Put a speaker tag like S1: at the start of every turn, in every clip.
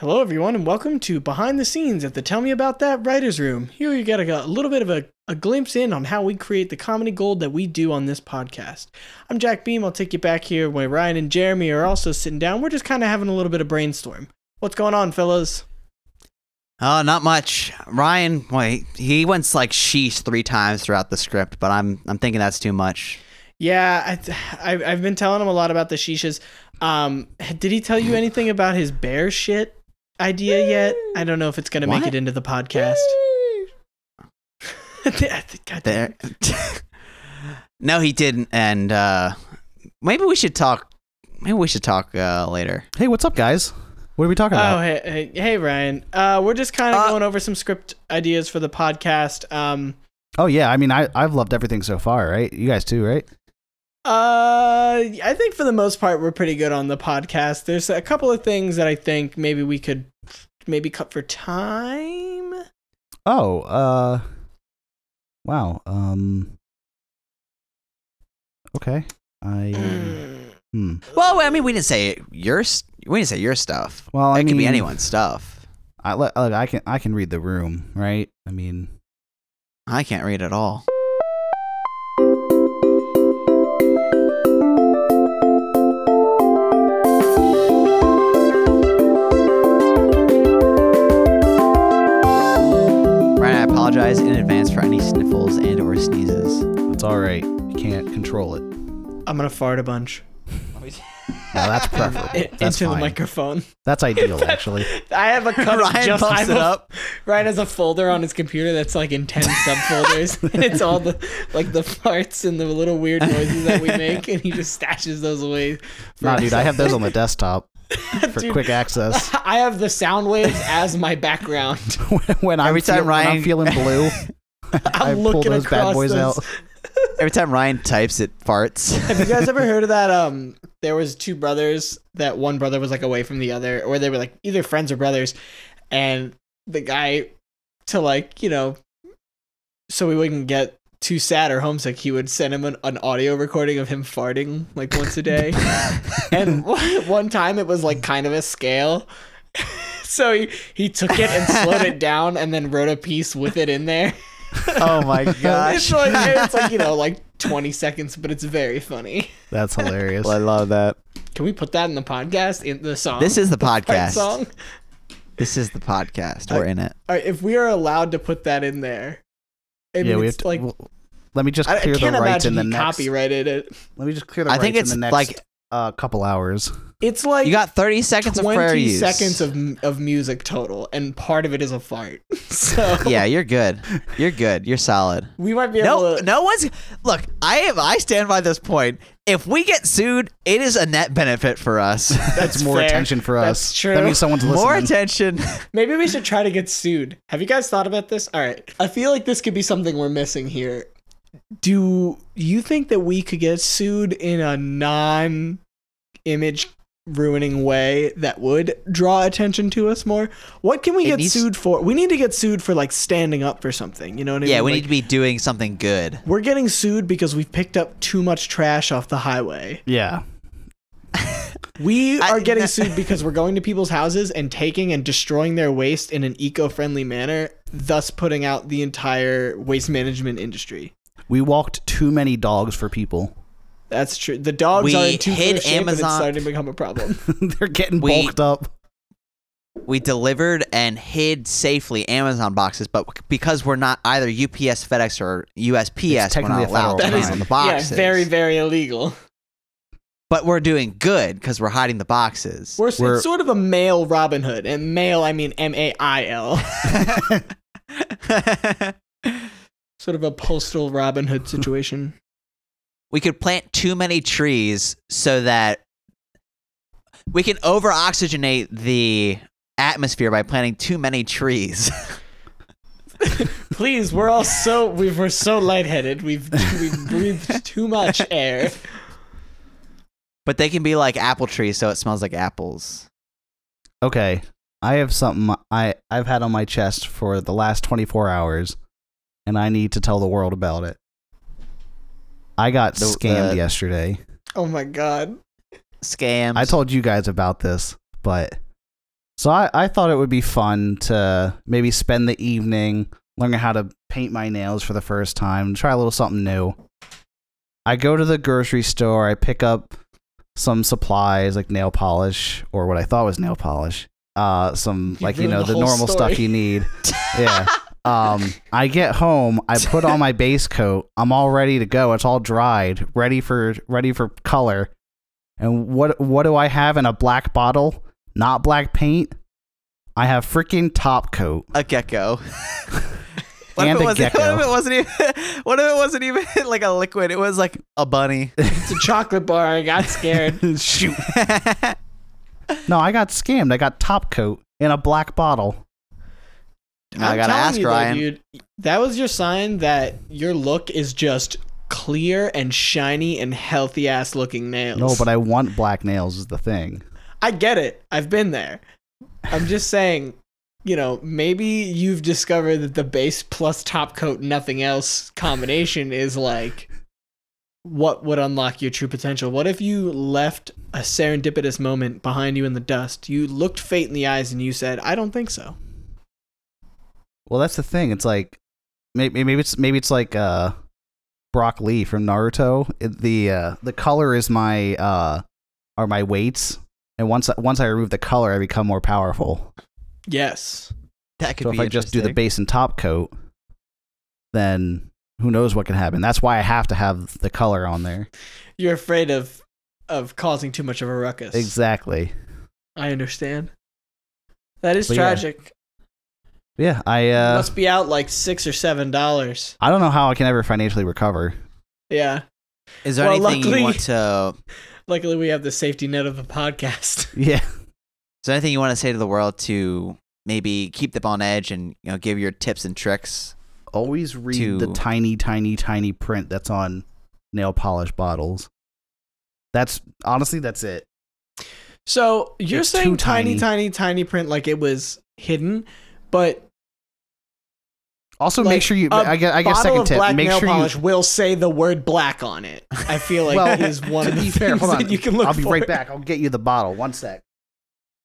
S1: Hello, everyone, and welcome to Behind the Scenes at the Tell Me About That Writer's Room. Here you get a, a little bit of a, a glimpse in on how we create the comedy gold that we do on this podcast. I'm Jack Beam. I'll take you back here where Ryan and Jeremy are also sitting down. We're just kind of having a little bit of brainstorm. What's going on, fellas?
S2: Oh, not much. Ryan, wait, he went like sheesh three times throughout the script, but I'm I'm thinking that's too much.
S1: Yeah, I, th- I, I've been telling him a lot about the shishas. Um, did he tell you anything about his bear shit idea yet? I don't know if it's going to make it
S2: What?
S1: into the podcast. I thi- I think- God damn it.
S2: There. no, he didn't, and uh, maybe we should talk. Maybe we should talk uh, later.
S3: Hey, what's up, guys? What are we talking
S1: Oh,
S3: about?
S1: hey, hey, hey, Ryan. Uh, we're just kind of
S2: Uh,
S1: going over some script ideas for the podcast. Um,
S3: Oh yeah, I mean, I I've loved everything so far, right? You guys too, right?
S1: uh, I think for the most part, we're pretty good on the podcast. There's a couple of things that I think maybe we could maybe cut for time.
S3: Oh, uh, wow. Um, okay. I
S1: Mm.
S3: hmm.
S2: Well, I mean, we didn't say your s- we didn't say your stuff.
S3: Well, I
S2: it
S3: mean,
S2: could be anyone's stuff.
S3: I look, look, I can I can read the room, right? I mean,
S2: I can't read at all. Ryan, I apologize in advance for any sniffles and or sneezes.
S3: it's all right. You can't control it. No,
S1: I'm gonna fart a bunch
S3: that's preferable.
S1: in- into
S3: That's
S1: the
S3: fine.
S1: microphone.
S3: That's ideal, actually.
S1: I have a cup
S2: Ryan
S1: just
S2: bumps
S1: I
S2: it
S1: have a-
S2: up.
S1: Ryan has a folder on his computer that's like in ten subfolders, and it's all the like the farts and the little weird noises that we make, and he just stashes those away. for
S3: Nah, dude, I
S1: us.
S3: have those on the desktop for
S1: Dude.
S3: quick access.
S1: I have the sound waves as my background.
S3: when I'm
S2: Every time
S3: feel- when I'm
S2: Ryan-
S3: feeling blue, I
S1: I'm
S3: pull
S1: looking
S3: those
S1: across
S3: bad boys
S1: those.
S3: out.
S2: Every time Ryan types, it farts.
S1: Have you guys ever heard of that? Um, there was two brothers that one brother was like away from the other, or they were like either friends or brothers, and the guy to like you know, so we wouldn't get too sad or homesick, he would send him an, an audio recording of him farting like once a day, and one one time it was like kind of a scale. So he, he took it and slowed it down and then wrote a piece with it in there.
S2: oh my
S1: It's like, it's like, you know, like 20 seconds, but it's very funny.
S3: That's hilarious.
S2: I love that.
S1: Can we put that in the podcast, in the song?
S2: This is the
S1: Fight
S2: podcast.
S1: song.
S2: This is the podcast. We're in it.
S1: All right, if we are allowed to put that in there, I mean,
S3: yeah, we have
S1: it's
S3: to,
S1: like,
S3: well, let me just
S1: I, I
S3: clear
S1: can't
S3: the rights
S1: imagine
S3: in the
S1: he
S3: next.
S1: copyrighted it.
S3: Let me just clear the
S2: I
S3: rights
S2: think it's
S3: in the next
S2: like-
S3: uh, couple hours.
S1: It's like
S2: You got 30 seconds of prayer
S1: 20
S2: use.
S1: seconds of, m- of music total, and part of it is a fart. So
S2: yeah, you're good. You're good. You're solid.
S1: we might be able
S2: No,
S1: to.
S2: no one's. Look, I am. I stand by this point. If we get sued, it is a net benefit for us.
S1: That's
S3: It's more
S1: fair.
S3: attention for us.
S1: That's true.
S3: That means someone's listening.
S2: More attention.
S1: Maybe we should try to get sued. Have you guys thought about this? All right. I feel like this could be something we're missing here. Do you think that we could get sued in a non image ruining way that would draw attention to us more? What can we
S2: It
S1: get
S2: needs-
S1: sued for? We need to get sued for like standing up for something. You know what I mean?
S2: yeah, we
S1: Like,
S2: need to be doing something good.
S1: We're getting sued because we've picked up too much trash off the highway.
S3: Yeah.
S1: We
S2: I-
S1: are getting
S2: no-
S1: sued because we're going to people's houses and taking and destroying their waste in an eco-friendly manner, thus putting out the entire waste management industry.
S3: We walked too many dogs for people.
S1: That's true. The dogs
S2: We
S1: are in too
S2: hid
S1: good shape, and it's
S2: Amazon-
S1: starting to become a problem.
S3: They're getting
S2: We-
S3: bulked up.
S2: We delivered and hid safely Amazon boxes, but because we're not either UPS, FedEx, or USPS,
S3: It's
S2: we're
S3: technically
S2: not
S3: a federal
S2: allowed to
S1: crime.
S2: be on the boxes.
S1: yeah, very, very illegal.
S2: but we're doing good because we're hiding the boxes.
S1: We're, s-
S3: We're-
S1: it's sort of a male Robin Hood, and male I mean M A I L, sort of a postal Robin Hood situation.
S2: we could plant too many trees so that we can over oxygenate the atmosphere by planting too many trees.
S1: Please, we're all so we were so lightheaded. We've we've breathed too much air.
S2: but they can be like apple trees so it smells like apples.
S3: Okay. I have something I, I've had on my chest for the last 24 hours, and I need to tell the world about it. I got
S2: The-
S3: scammed
S2: the-
S3: yesterday.
S1: Oh my god.
S2: Scams.
S3: I told you guys about this, but So I, I thought it would be fun to maybe spend the evening learning how to paint my nails for the first time, try a little something new. I go to the grocery store, I pick up some supplies like nail polish or what I thought was nail polish. Uh some
S1: You
S3: like you
S1: ruined
S3: know
S1: the
S3: the,
S1: whole
S3: normal
S1: story.
S3: stuff you need. yeah. Um I get home, I put on my base coat. I'm all ready to go. It's all dried, ready for ready for color. And what what do I have in a black bottle? Not black paint. I have freaking top coat.
S2: a gecko. What
S3: And
S2: if it
S3: a
S2: wasn't, What if
S3: gecko.
S2: it wasn't even? What if it wasn't even like a liquid? It was like a bunny.
S1: It's a chocolate bar. I got scared.
S2: Shoot.
S3: No, I got scammed. I got top coat in a black bottle.
S2: Now I
S1: I'm
S2: gotta
S1: telling
S2: ask
S1: you though,
S2: Ryan.
S1: dude, that was your sign that your look is just clear and shiny and healthy ass looking nails.
S3: No, but I want black nails is the thing.
S1: I get it. I've been there. I'm just saying, you know, maybe you've discovered that the base plus top coat, nothing else combination is like what would unlock your true potential. What if you left a serendipitous moment behind you in the dust? You looked fate in the eyes and you said, I don't think so.
S3: Well, that's the thing. It's like maybe maybe it's maybe it's like uh Brock Lee from Naruto. It- the uh, the color is my uh are my weights, and once once I remove the color, I become more powerful.
S1: Yes.
S2: that could
S3: so
S2: be
S3: if I just do the
S2: interesting.
S3: base and top coat, then who knows what can happen? That's why I have to have the color on there.
S1: You're afraid of of causing too much of a ruckus.
S3: Exactly.
S1: I understand. That is
S3: But yeah.
S1: tragic.
S3: Yeah, I
S1: You
S3: uh
S1: Must be out like six or seven dollars.
S3: I don't know how I can ever financially recover.
S1: Yeah.
S2: Is there
S1: Well,
S2: anything
S1: luckily-
S2: you want to?
S1: Luckily, we have the safety net of the podcast.
S3: Yeah.
S2: Is there anything you want to say to the world to maybe keep them on edge and you know give your tips and tricks?
S3: Always read the
S2: To-
S3: tiny, tiny, tiny print that's on nail polish bottles. That's honestly, that's it.
S1: So you're
S3: It's
S1: saying
S3: too
S1: tiny, tiny, tiny print like it was hidden, but
S3: Also,
S1: Like,
S3: make sure you.
S1: a
S3: I guess, I guess
S1: bottle
S3: second
S1: of
S3: tip.
S1: black
S3: make
S1: nail
S3: sure
S1: polish
S3: you.
S1: will say the word black on it. I feel like
S3: Well,
S1: is one of
S3: to
S1: the
S3: be
S1: things
S3: fair, hold on.
S1: that you can look
S3: I'll be
S1: for.
S3: right back. I'll get you the bottle. One sec.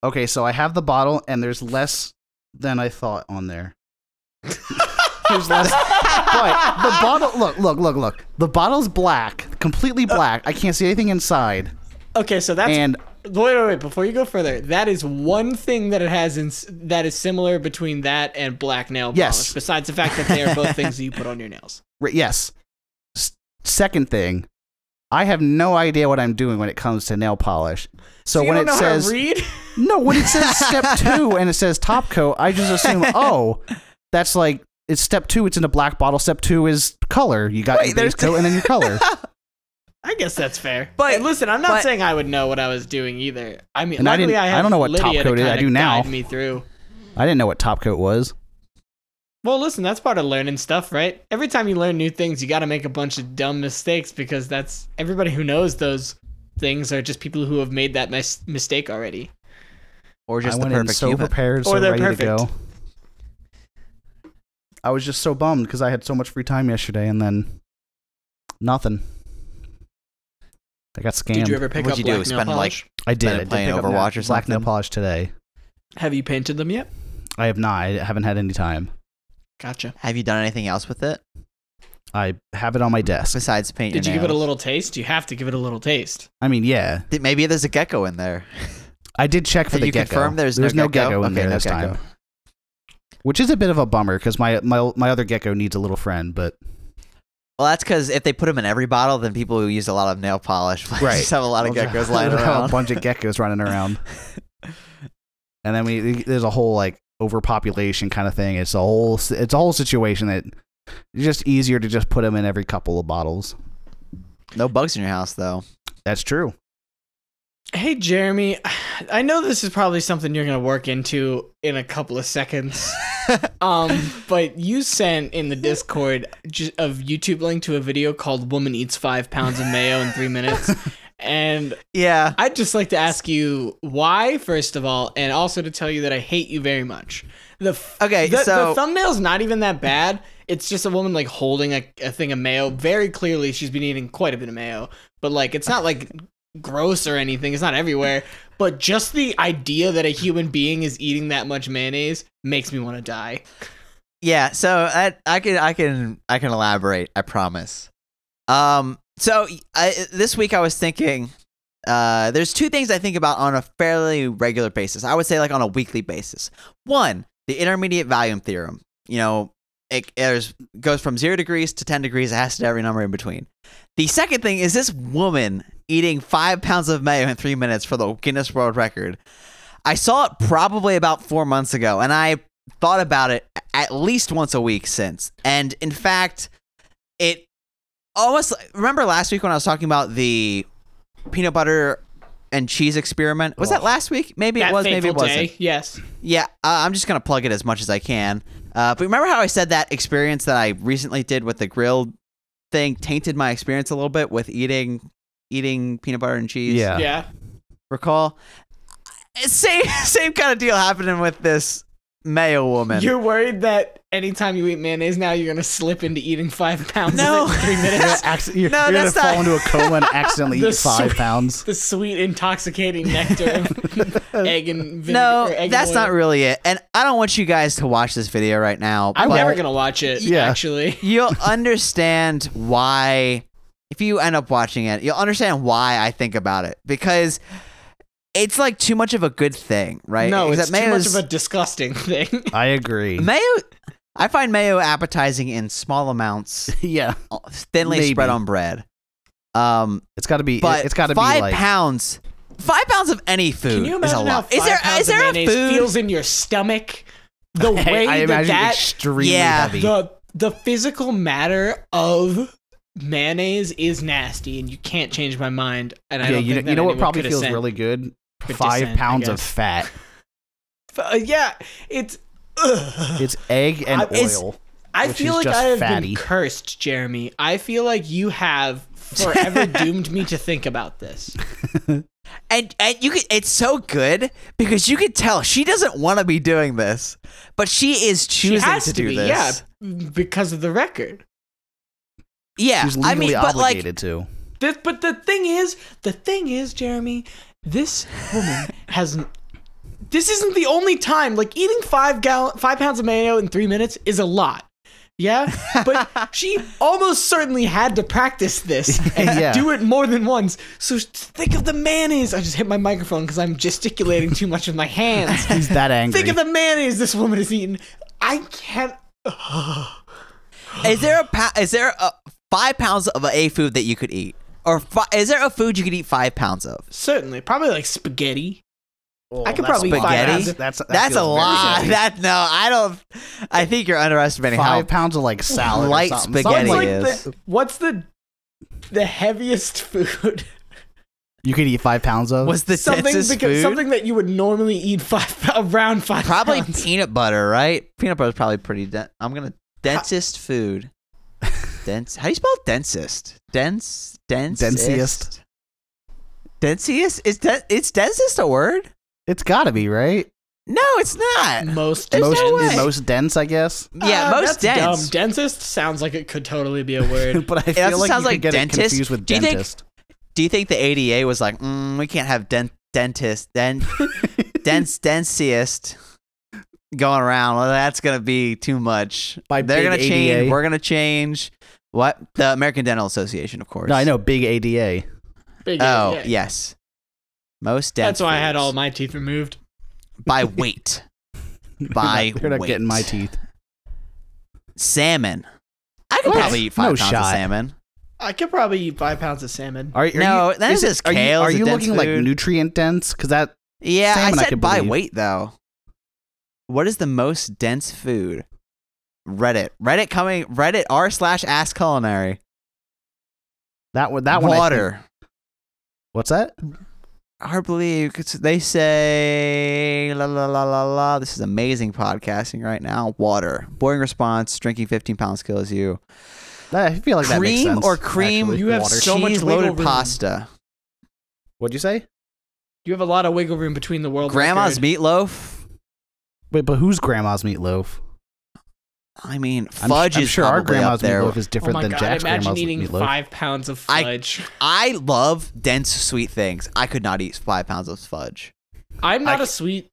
S3: Okay, so I have the bottle, and there's less than I thought on there. there's less. But the bottle. Look, look, look, look. The bottle's black, completely black. I can't see anything inside.
S1: Okay, so that's
S3: And
S1: wait, wait, wait. Before you go further, that is one thing that it has in that is similar between that and black nail
S3: Yes.
S1: polish. Besides the fact that they are both things that you put on your nails.
S3: Re- yes. S- second thing, I have no idea what I'm doing when it comes to nail polish. So,
S1: you
S3: when
S1: don't
S3: it
S1: know how
S3: says
S1: to read,
S3: no, when it says step two and it says top coat, I just assume oh, that's like it's step two. It's in a black bottle. Step two is color. You got
S2: Wait,
S3: your base
S2: there's-
S3: coat and then your color.
S1: I guess that's fair. But
S2: But-
S1: listen, I'm not
S2: but-
S1: saying I would know what I was doing either. I mean,
S3: And I
S1: luckily
S3: didn't-
S1: I,
S3: I
S1: had
S3: don't know what top
S1: Lydia to
S3: coat is. I
S1: kinda
S3: do now.
S1: Guide me through.
S3: I didn't know what top coat was.
S1: Well, listen, that's part of learning stuff, right? Every time you learn new things, you got to make a bunch of dumb mistakes because that's everybody who knows those things are just people who have made that mis- mistake already.
S2: Or just
S3: I
S2: the
S3: went in
S2: perfect
S3: so
S2: human?
S3: prepared, so
S1: Or they're
S3: ready to go.
S1: perfect.
S3: I was just so bummed because I had so much free time yesterday, and then nothing. I got scammed.
S1: Did you ever pick
S2: What'd
S1: up
S2: you do,
S1: black nail
S2: spend, like-
S1: polish?
S3: I did.
S2: Been
S3: I did
S2: playing
S3: pick up
S2: Overwatch
S3: nail-
S2: or
S3: Black nail
S2: something?
S3: polish today.
S1: Have you painted them yet?
S3: I have not. I haven't had any time.
S1: Gotcha.
S2: Have you done anything else with it
S3: I have it on my desk.
S2: besides paint?
S1: Did you
S2: your
S1: give it a
S2: nails?
S1: little taste? You have to give it a little taste.
S3: I mean, yeah.
S2: Did- Maybe there's a gecko in there.
S3: I did check for
S2: Have
S3: the
S2: you
S3: gecko.
S2: confirmed there's no
S3: no
S2: gecko?
S3: gecko, in
S2: Okay,
S3: there
S2: no
S3: this
S2: gecko.
S3: time, which is a bit of a bummer because my my my other gecko needs a little friend. But
S2: Well, that's because if they put them in every bottle, then people who use a lot of nail polish will
S3: Right.
S2: just have a lot of
S3: We'll
S2: geckos
S3: just
S2: lying
S3: have
S2: around.
S3: A bunch of geckos running around, and then we there's a whole like overpopulation kind of thing. It's a whole s- it's a whole situation that it's just easier to just put them in every couple of bottles.
S2: No bugs in your house, though.
S3: That's true.
S1: Hey, Jeremy, I know this is probably something you're going to work into in a couple of seconds. um, but you sent in the Discord ju- a YouTube link to a video called Woman Eats Five Pounds of Mayo in Three Minutes. And
S2: Yeah.
S1: I'd just like to ask you why, first of all, and also to tell you that I hate you very much. The f-
S2: Okay,
S1: the, the
S2: so-
S1: thumbnail's not even that bad. It's just a woman like holding a, a thing of mayo. Very clearly, she's been eating quite a bit of mayo, but like it's not like gross or anything. It's not everywhere. But just the idea that a human being is eating that much mayonnaise makes me want to die.
S2: Yeah, so I, I can I can I can elaborate. I promise. Um, so I, this week I was thinking, uh, there's two things I think about on a fairly regular basis. I would say like on a weekly basis. One, the intermediate volume theorem. You know, it, there's- goes from zero degrees to ten degrees. It has to every number in between. The second thing is this woman eating five pounds of mayo in three minutes for the Guinness World Record. I saw it probably about four months ago, and I thought about it at least once a week since. And in fact, it almost remember last week when I was talking about the peanut butter and cheese experiment. Was that last week? Maybe it
S1: that
S2: was, maybe it
S1: fateful
S2: wasn't.
S1: day, yes.
S2: Yeah, uh, I'm just gonna plug it as much as I can. Uh, but remember how I said that experience that I recently did with the grilled thing tainted my experience a little bit with eating eating peanut butter and cheese.
S3: Yeah.
S1: yeah.
S2: recall. Same same kind of deal happening with this mayo woman.
S1: You're worried that anytime you eat mayonnaise now, you're going to slip into eating five pounds
S2: No.
S1: of it in three
S3: You're gonna,
S1: minutes.
S3: acc- you're,
S2: No,
S3: you're gonna
S2: that's
S3: fall
S2: not-
S3: into a coma and accidentally
S1: The
S3: eat five
S1: sweet-
S3: pounds.
S1: the sweet, intoxicating nectar of egg and vinegar.
S2: no,
S1: or egg and
S2: that's
S1: oil.
S2: not really it. And I don't want you guys to watch this video right now.
S1: I'm
S2: but
S1: never going to watch it,
S3: Yeah.
S1: actually.
S2: You'll understand why if you end up watching it, you'll understand why I think about it because it's like too much of a good thing, right?
S1: No, it's
S2: Except
S1: too much
S2: mayo's-
S1: of a disgusting thing.
S3: I agree.
S2: mayo. I find mayo appetizing in small amounts,
S3: yeah,
S2: thinly
S3: Maybe.
S2: spread on bread. Um,
S3: it's got to be.
S2: but
S3: it's got to be
S2: five
S3: like.
S2: pounds. Five pounds of any food
S1: Can you
S2: is a
S1: imagine how
S2: lot.
S1: five
S2: is there
S1: pounds
S2: is there
S1: of
S2: a
S1: mayonnaise
S2: food?
S1: feels in your stomach? The
S3: I-
S1: way
S3: I
S1: that
S3: imagine
S1: that
S3: extremely
S2: Yeah.
S3: heavy.
S1: the the physical matter of mayonnaise is nasty, and you can't change my mind. And I
S3: yeah,
S1: don't
S3: you
S1: think
S3: know,
S1: that
S3: you know what
S1: anyone
S3: probably
S1: could
S3: feels
S1: assent.
S3: really good?
S1: Could
S3: Five
S1: dissent, I
S3: pounds of
S1: guess.
S3: fat.
S1: F- uh, yeah, it's. ugh.
S3: It's egg and
S1: I- it's-
S3: oil.
S1: I
S3: which
S1: feel
S3: is
S1: like
S3: just
S1: I have
S3: fatty.
S1: been cursed, Jeremy. I feel like you have forever doomed me to think about this.
S2: and and you could, it's so good because you could tell she doesn't want to be doing this, but she is
S1: She
S2: choosing
S1: has
S2: to,
S1: to
S2: do
S1: be,
S2: this.
S1: yeah, because of the record.
S2: yeah.
S3: She's legally
S2: I mean, but like,
S3: obligated to.
S1: This, but the thing is, the thing is, Jeremy, this woman has. This isn't the only time. Like eating five gallon, five pounds of mayo in three minutes is a lot. Yeah, but she almost certainly had to practice this and
S3: Yeah.
S1: do it more than once. So think of the mayonnaise. I just hit my microphone because I'm gesticulating too much with my hands.
S3: He's that angry.
S1: think of the mayonnaise this woman is eating. I can't.
S2: is there a pa- is there a five pounds of a food that you could eat, or fi- is there a food you could eat five pounds of?
S1: Certainly, probably like spaghetti.
S3: Well,
S1: I could
S3: that's
S1: probably
S3: a lot.
S2: spaghetti?
S3: That's, that's, that
S2: That's
S3: feels
S2: a
S3: very
S2: lot.
S3: good.
S2: That no, I don't. I think you're underestimating
S3: Five
S2: how
S3: pounds of like salad, or
S2: Light
S3: something.
S2: spaghetti
S3: Something
S2: is-
S3: like
S2: Yes.
S1: The, what's the the heaviest food?
S3: You could eat five pounds of.
S2: was the
S1: something
S2: densest
S1: because
S2: food.
S1: something that you would normally eat five around five.
S2: Probably
S1: pounds.
S2: peanut butter, right? Peanut butter's probably pretty dense. I'm gonna densest food. Dense. How do you spell densest? Dense. Dense.
S3: Densiest.
S2: Densiest is de- it's densest a word?
S3: it's got to be right.
S2: No, it's not.
S1: most
S2: There's
S3: most
S2: no way.
S3: most dense, I guess.
S2: yeah,
S1: Uh,
S2: most
S1: that's dumb.
S2: dense.
S1: Densest sounds like it could totally be a word.
S3: But I
S2: It also
S3: feel like
S2: sounds
S3: you
S2: like
S3: could get
S2: dentist.
S3: it confused with
S2: Do you think-
S3: dentist.
S2: Do you think the ADA was like, mm, we can't have dent dentist den dense densiest going around? Well, that's gonna be too much.
S3: By
S2: They're
S3: big
S2: gonna
S3: ADA.
S2: change. We're gonna change. What the American Dental Association, of course.
S3: no, I know big ADA.
S1: Big
S2: Oh,
S1: idiot.
S2: yes. Most dense.
S1: That's why I had all
S2: foods.
S1: my teeth removed.
S2: by weight. by
S3: They're not
S2: weight.
S3: getting my teeth.
S2: Salmon. I could
S3: What?
S2: probably eat five
S3: No
S2: pounds of
S3: shot.
S2: salmon.
S1: I could probably eat five pounds of salmon.
S3: Are, are
S2: No,
S3: you,
S2: that
S3: is
S2: is
S3: it-
S2: just
S3: are you-
S2: kale
S3: Are
S2: is a
S3: you
S2: dense
S3: looking like
S2: food.
S3: nutrient dense? Because that
S2: Yeah,
S3: Salmon I
S2: I said
S3: could
S2: by
S3: believe.
S2: weight though. What is the most dense food? Reddit. Reddit coming. Reddit r slash ass culinary.
S3: that one that one. I think-
S2: water.
S3: What's that?
S2: hard to believe 'cause they say la la la la la. This is amazing podcasting right now. Water. Boring response. Drinking 15 pounds kills you.
S3: I feel like that makes
S2: Cream
S3: sense,
S2: or cream?
S3: actually.
S1: You have
S3: Water.
S1: so much
S2: Cheese
S1: wiggle
S2: loaded
S1: room.
S2: pasta.
S3: What'd you say?
S1: You have a lot of wiggle room between the world.
S2: Grandma's
S1: record.
S2: meatloaf.
S3: Wait, but who's grandma's meatloaf?
S2: I mean,
S3: I'm,
S2: fudge
S3: I'm
S2: is
S3: sure our
S2: probably up
S3: grandma's
S2: there.
S3: meatloaf is
S1: Oh
S3: different
S1: my
S3: than
S1: god!
S3: Jack's
S1: imagine
S3: grandma's
S1: eating
S3: meatloaf.
S1: five pounds of
S2: I-
S1: fudge.
S2: I love dense sweet things. I could not eat five pounds of fudge.
S1: I, am not
S2: I-
S1: a sweet.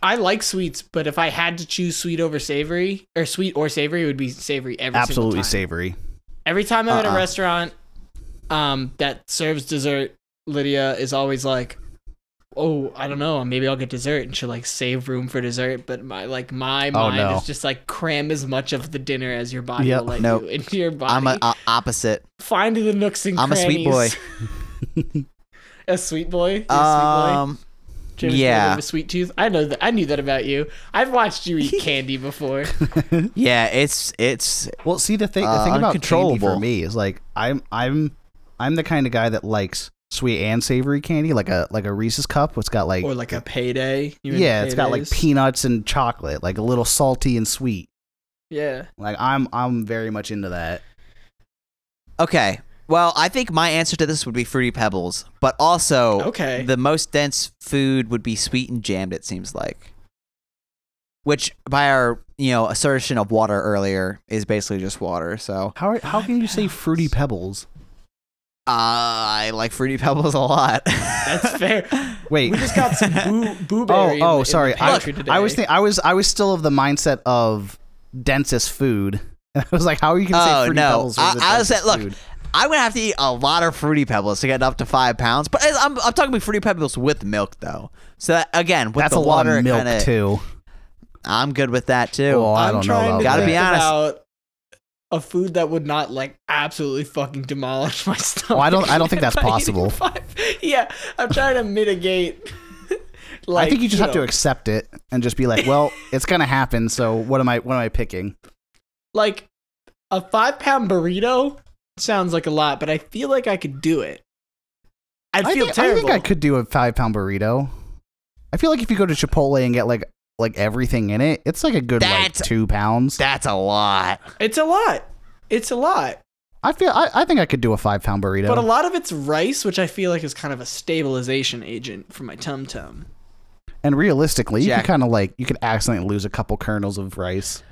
S1: I like sweets, but if I had to choose sweet over savory, or sweet or savory, it would be savory every single
S3: Absolutely
S1: time.
S3: savory.
S1: Every time I'm at
S2: Uh-uh.
S1: a restaurant um, that serves dessert, Lydia is always like, "Oh, I don't know, maybe I'll get dessert," and she'll like save room for dessert. But my like my
S3: Oh,
S1: mind
S3: no.
S1: is just like cram as much of the dinner as your body
S3: Yep.
S1: will let
S2: Nope.
S1: you into your body.
S2: I'm a, a opposite.
S1: Find the nooks and
S2: I'm a
S1: crannies.
S2: sweet boy.
S1: a sweet boy. You're a sweet boy.
S2: Um,
S1: James
S2: yeah.
S1: Bond with a sweet tooth. I know that. I knew that about you. I've watched you eat candy before.
S2: yeah, it's it's
S3: Well, see the thing. The
S2: Uh,
S3: thing about candy for
S2: uncontrollable.
S3: me is like I'm I'm I'm the kind of guy that likes sweet and savory candy, like a like a Reese's cup, what's got like
S1: or like a payday. You into
S3: yeah, it's got like
S1: paydays?
S3: peanuts and chocolate, like a little salty and sweet.
S1: Yeah.
S3: Like I'm I'm very much into that.
S2: okay. Well, I think my answer to this would be fruity pebbles, but also
S1: Okay.
S2: the most dense food would be sweet and jammed. It seems like, which by our you know assertion of water earlier is basically just water. So
S3: How are- how
S1: Five
S3: can you say
S1: pounds.
S3: fruity pebbles?
S2: uh, I like fruity pebbles a lot.
S1: That's fair.
S3: Wait.
S1: We just got some boo
S3: Oh,
S1: blueberry.
S3: oh, sorry. I,
S1: pantry today.
S3: I was think I was I was still of the mindset of densest food. And I was like, how are you going to
S2: Oh,
S3: say fruity
S2: no.
S3: pebbles? are
S2: I-
S3: the
S2: I was
S3: densest
S2: at- look,
S3: food?
S2: I'm gonna have to eat a lot of fruity pebbles to get up to five pounds. But I- I'm, I'm talking about fruity pebbles with milk though. So that, again, with
S3: that's
S2: the
S3: a lot
S2: water,
S3: of
S2: it
S3: milk
S2: kinda-
S3: too.
S2: I'm good with that too.
S3: Oh, I
S1: I'm
S3: don't know
S1: trying
S3: about
S1: to
S2: Gotta be
S1: think
S2: honest.
S1: About a food that would not like absolutely fucking demolish my stomach.
S3: I don't- I don't think that's
S1: by eating
S3: possible.
S1: five- Yeah, I'm trying to mitigate. Like,
S3: I think you just have
S1: know,
S3: to accept it and just be like, well, it's gonna happen. So what am I? What am I picking?
S1: like a five pound burrito sounds like a lot, but I feel like I could do it. I'd
S3: I
S1: feel
S3: think, I
S1: terrible.
S3: think I could do a five pound burrito. I feel like if you go to Chipotle and get like like everything in it, it's like a good like
S2: That's-
S3: two pounds.
S2: That's a lot.
S1: It's a lot. It's a lot.
S3: I feel I, I think I could do a five pound burrito.
S1: But a lot of it's rice, which I feel like is kind of a stabilization agent for my tum tum.
S3: and realistically, you
S2: Jack-
S3: could kind of like you could accidentally lose a couple kernels of rice.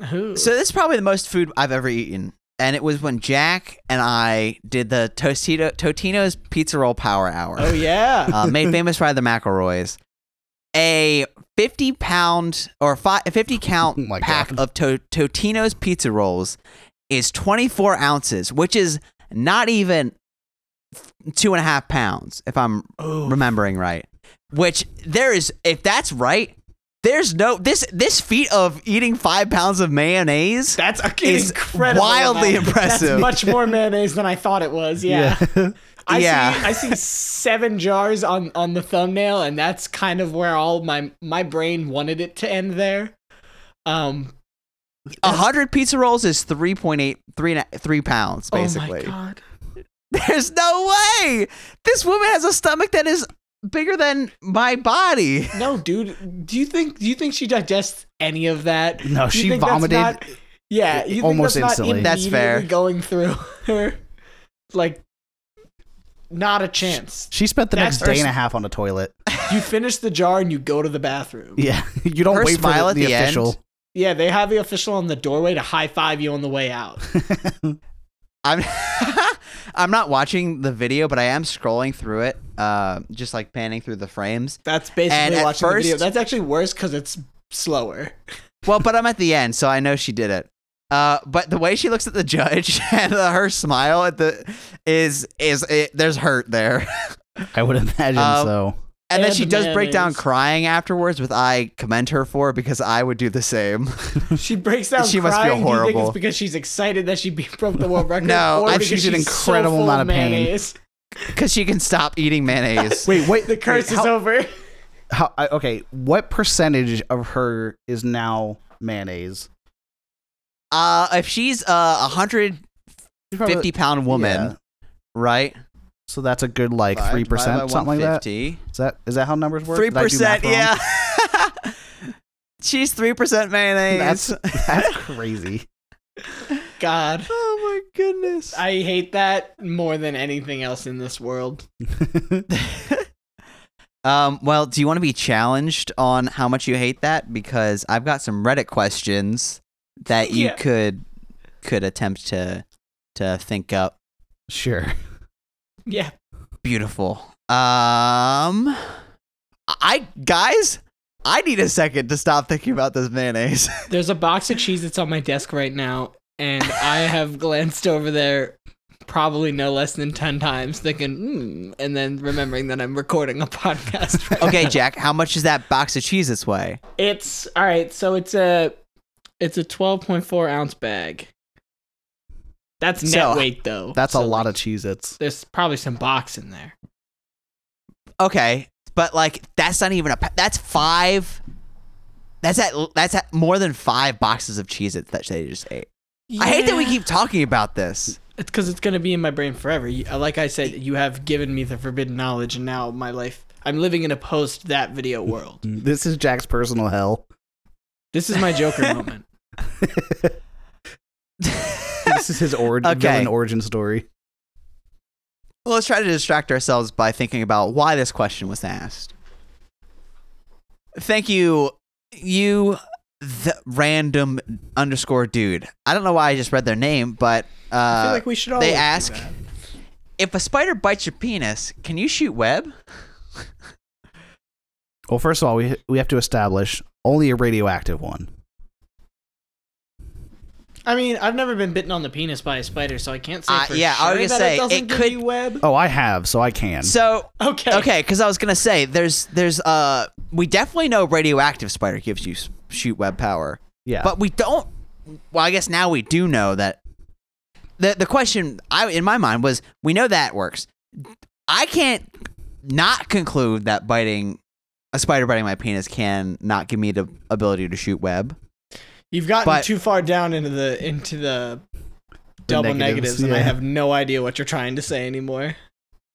S2: So this is probably the most food I've ever eaten, and it was when Jack and I did the Tostito, Totino's Pizza Roll Power Hour,
S1: Oh yeah.
S2: uh, made famous by the McElroys. A fifty pound or fi- a fifty count
S3: Oh my
S2: pack
S3: God.
S2: of to- Totino's pizza rolls is twenty four ounces, which is not even f- two and a half pounds, if I'm
S1: Oh.
S2: remembering right. Which there is, if that's right, there's no this this feat of eating five pounds of mayonnaise.
S1: That's a,
S2: is
S1: incredible.
S2: wildly
S1: amount.
S2: impressive.
S1: That's much more mayonnaise than I thought it was. Yeah. I
S2: Yeah.
S1: see I see seven jars on on the thumbnail and that's kind of where all my my brain wanted it to end there. Um
S2: A hundred pizza rolls is three point eight three and a- three pounds basically.
S1: Oh my god.
S2: There's no way. This woman has a stomach that is bigger than my body.
S1: No, dude, do you think do you think she digests any of that?
S3: No,
S1: Do you
S3: she
S1: think that's
S3: vomited
S1: not- yeah, you
S3: almost
S1: think that's
S3: instantly.
S1: Not
S2: That's fair.
S1: immediately Going through her, like, not a chance.
S3: She spent the
S1: That's
S3: next day
S1: her-
S3: and a half on the toilet.
S1: You finish the jar and you go to the bathroom. Yeah,
S3: Yeah, you don't
S2: Her
S3: wait for
S2: smile
S3: the,
S2: at the end.
S3: official.
S1: they have the official on the doorway to high five you on the way out.
S2: I'm I'm not watching the video, but I am scrolling through it, uh, just like panning through the frames.
S1: That's
S2: And
S1: basically
S2: at
S1: watching the video.
S2: first-
S1: That's actually worse because it's slower.
S2: Well, but I'm at the end, so I know she did it. Uh, but the way she looks at the judge and uh, her smile at the is is it, there's hurt there,
S3: I would imagine
S2: Um,
S3: so.
S2: and then
S1: And
S2: she
S1: the
S2: does break down
S1: mayonnaise.
S2: crying afterwards, which I commend her for because I would do the same.
S1: She breaks down.
S2: She must
S1: crying. Do
S2: feel
S1: you think
S2: horrible.
S1: it's because she's excited that she be- broke the world record.
S2: No,
S1: or
S2: I-
S1: because
S3: she's an
S1: so
S3: incredible
S1: full
S3: amount of pain.
S1: mayonnaise?
S2: Because she can stop eating mayonnaise.
S3: Wait, wait.
S1: The curse
S3: wait,
S1: is
S3: how-
S1: over.
S3: how I, okay what percentage of her is now mayonnaise
S2: Uh, if she's a hundred fifty pound woman,
S3: Yeah.
S2: right?
S3: so that's a good like 3% something like that is that is that how numbers work
S2: Three
S3: Did I do
S2: percent,
S3: math wrong?
S2: yeah. She's three percent mayonnaise.
S3: that's that's crazy
S1: God.
S2: oh my goodness.
S1: I hate that more than anything else in this world.
S2: um, well, do you want to be challenged on how much you hate that? Because I've got some Reddit questions that you
S1: Yeah.
S2: could could attempt to to think up.
S3: Sure.
S1: Yeah.
S2: Beautiful. Um, I guys, I need a second to stop thinking about this mayonnaise.
S1: There's a box of cheese that's on my desk right now, and I have glanced over there probably no less than 10 times, thinking, hmm, and then remembering that I'm recording a podcast. Right
S2: okay, Jack, how much is that box of cheese this way?
S1: It's all right. So it's a it's a twelve point four ounce bag. That's net
S2: So,
S1: weight though.
S3: That's
S1: So,
S3: a lot
S1: like,
S3: of Cheez Its.
S1: There's probably some box in there.
S2: Okay, but like that's not even a. pa- That's five. That's at that's at more than five boxes of Cheez-Its that they just ate. I hate that we
S1: Yeah.
S2: keep talking about this.
S1: It's because it's gonna be in my brain forever. You- Like I said, you have given me the forbidden knowledge, and now my life. I'm living in a post that video world.
S3: This is Jack's personal hell.
S1: This is my Joker
S2: Uh,
S1: moment.
S3: This is his origin
S2: Okay.
S3: villain origin story.
S2: Well, let's try to distract ourselves by thinking about why this question was asked. Thank you, you, the random underscore dude. I don't know why I just read their name, but uh,
S1: I feel like we should all.
S2: they ask if a spider bites your penis, can you shoot web?
S3: Well, first of all, we we have to establish only a radioactive one.
S1: I mean, I've never been bitten on the penis by a spider, so I can't say
S2: Uh,
S1: for
S2: yeah,
S1: sure
S2: I was gonna
S1: that
S2: say,
S1: it doesn't
S2: it
S1: give
S2: could-
S1: you web.
S3: Oh, I have, so I can.
S2: So
S1: Okay.
S2: okay, because I was gonna say there's there's uh we definitely know radioactive spider gives you s- shoot web power.
S3: yeah,
S2: But we don't. Well, I guess now we do know that. the The question I in my mind was: we know that works. I can't not conclude that biting a spider biting my penis can not give me the ability to shoot web.
S1: You've gotten
S2: But-
S1: too far down into the into the double negatives,
S3: negatives,
S1: and I
S3: yeah.
S1: have no idea what you're trying to say anymore.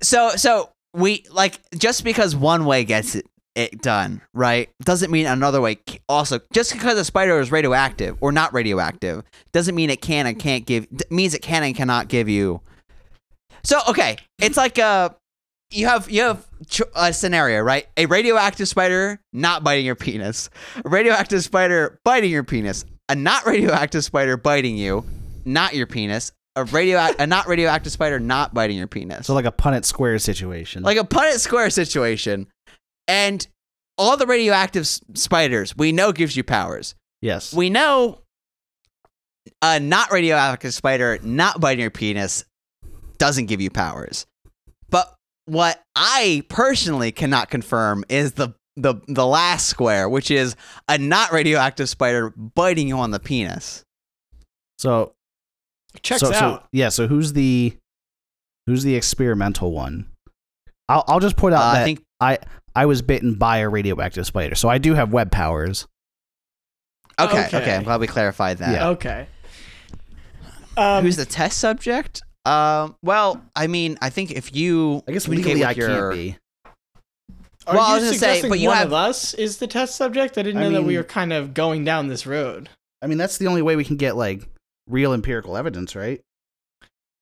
S2: So, so we like just because one way gets it. It done right doesn't mean another way. c- Also, just because a spider is radioactive or not radioactive doesn't mean it can and can't give. d- Means it can and cannot give you. So okay, it's like uh, you have you have ch- a scenario right? A radioactive spider not biting your penis, a radioactive spider biting your penis, a not radioactive spider biting you, not your penis, a radio a not radioactive spider not biting your penis
S3: so like a Punnett Square situation.
S2: like a Punnett Square situation, and all the radioactive s- spiders we know gives you powers.
S3: yes,
S2: We know a not radioactive spider not biting your penis doesn't give you powers, but what I personally cannot confirm is the the the last square, which is a not radioactive spider biting you on the penis.
S3: so
S1: Checks
S3: so, so-
S1: out.
S3: yeah, so who's the who's the experimental one? I'll I'll just point out
S2: Uh,
S3: that
S2: I
S3: I,
S2: think
S3: I was bitten by a radioactive spider, so I do have web powers.
S2: okay,
S1: Okay.
S2: okay, I'm glad we clarified that.
S3: Yeah.
S1: Okay. Um,
S2: Who's the test subject? Um, well, I mean, I think if you
S3: I guess
S2: communicate
S3: legally
S2: with
S3: I
S2: your-
S3: can't be.
S1: are
S2: well, I
S1: you
S2: was gonna say,
S1: suggesting
S2: but you
S1: one
S2: have-
S1: of us is the test subject? I didn't
S3: I
S1: know that we
S3: mean-
S1: were kind of going down this road.
S3: I mean, that's the only way we can get like real empirical evidence, right?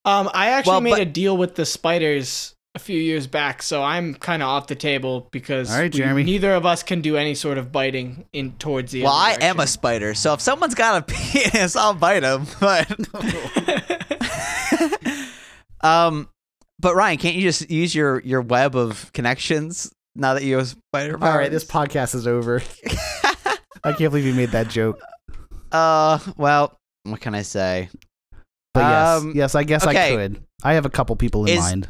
S1: Um, I actually
S2: Well,
S1: made
S2: but-
S1: a deal with the spiders a few years back, so I'm kind of off the table because
S3: All right,
S1: we-
S3: Jeremy.
S1: neither of us can do any sort of biting in towards the.
S2: Well, I
S1: other
S2: am a
S1: direction.
S2: spider, so if someone's got a penis, I'll bite him. But, um, but Ryan, can't you just use your your web of connections now that you have spider powers?
S3: All right, this podcast is over. I can't believe you made that joke.
S2: uh, well, what can I say?
S3: But yes,
S2: Um,
S3: yes, I guess
S2: okay.
S3: I could. I have a couple people in
S2: Is-
S3: mind.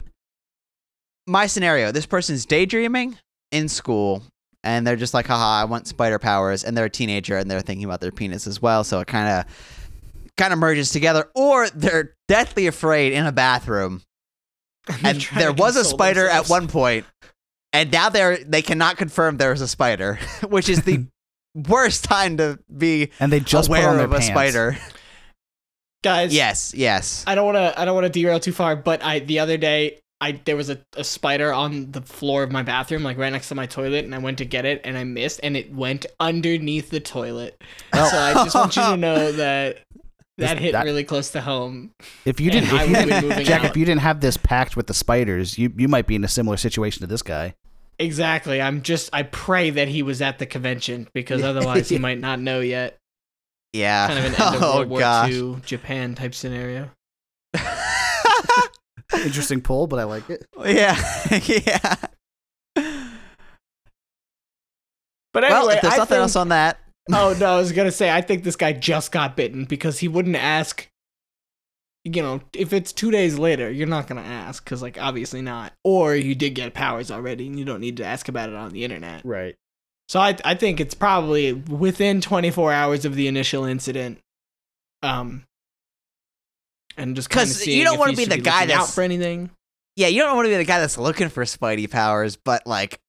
S2: My scenario: this person's daydreaming in school, and they're just like, "Haha, I want spider powers," and they're a teenager, and they're thinking about their penis as well. So it kind of kind of merges together. Or they're deathly afraid in a bathroom.
S1: Trying
S2: and
S1: to
S2: there was a
S1: console
S2: spider
S1: themselves.
S2: at one point, and now they're they cannot confirm there was a spider, which is the worst time to be
S3: And they just put
S2: aware
S3: on their
S2: of
S3: pants.
S2: a spider.
S1: guys.
S2: Yes, yes.
S1: I don't want to. I don't want to derail too far, but I the other day I there was a, a spider on the floor of my bathroom, like right next to my toilet, and I went to get it and I missed, and it went underneath the toilet.
S2: Oh.
S1: So I just want you to know that that hit
S3: that-
S1: really close to home.
S3: If you
S1: and
S3: didn't,
S1: I
S3: if you
S1: would be
S3: didn't
S1: moving
S3: Jack,
S1: out.
S3: if you didn't have this pact with the spiders, you you might be in a similar situation to this guy.
S1: Exactly. I'm just. I pray that he was at the convention because otherwise he might not know yet.
S2: yeah.
S1: Kind of an end of
S2: oh
S1: World War
S2: gosh.
S1: II Japan type scenario.
S3: Interesting poll, but I like it.
S2: yeah, yeah.
S1: But anyway,
S2: Well, if there's
S1: I
S2: nothing
S1: think-
S2: else on that.
S1: oh no, I was gonna say I think this guy just got bitten because he wouldn't ask. You know, if it's two days later, you're not gonna ask because, like, obviously not. Or you did get powers already, and you don't need to ask about it on the internet.
S3: Right.
S1: So I, I think it's probably within 24 hours of the initial incident. Um, and just kind of
S2: 'Cause you
S1: seeing
S2: don't
S1: if
S2: wanna
S1: he
S2: be
S1: should
S2: the guy
S1: looking out
S2: that's-
S1: for anything.
S2: Yeah, you don't want to be the guy that's looking for Spidey powers, but like,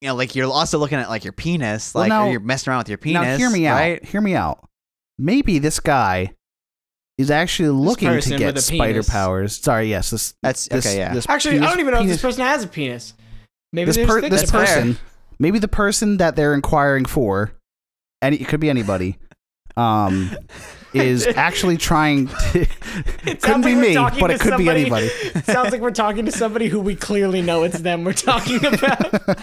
S2: you know, like you're also looking at like your penis,
S3: Well,
S2: like or
S3: now-
S2: you're messing around with your penis.
S3: now hear me
S2: right?
S3: out. Hear me out. Maybe this guy is actually looking
S1: person
S3: to
S1: with
S3: get
S1: a
S3: spider
S1: penis.
S3: powers. Sorry, yes, this
S2: That's
S3: this,
S2: okay. Yeah.
S3: this
S1: Actually, I
S3: penis-
S1: don't even know if
S3: penis-
S1: this person has a penis. Maybe
S3: this,
S1: they're just
S3: per-
S1: thinking
S3: this
S1: about it.
S2: That's fair.
S3: person maybe the person that they're inquiring for and it could be anybody um is actually trying to
S1: It
S3: couldn't
S1: sounds
S3: be
S1: like we're
S3: me
S1: talking
S3: but
S1: to
S3: it could be
S1: somebody-
S3: anybody
S1: sounds like we're talking to somebody who we clearly know it's them we're talking about.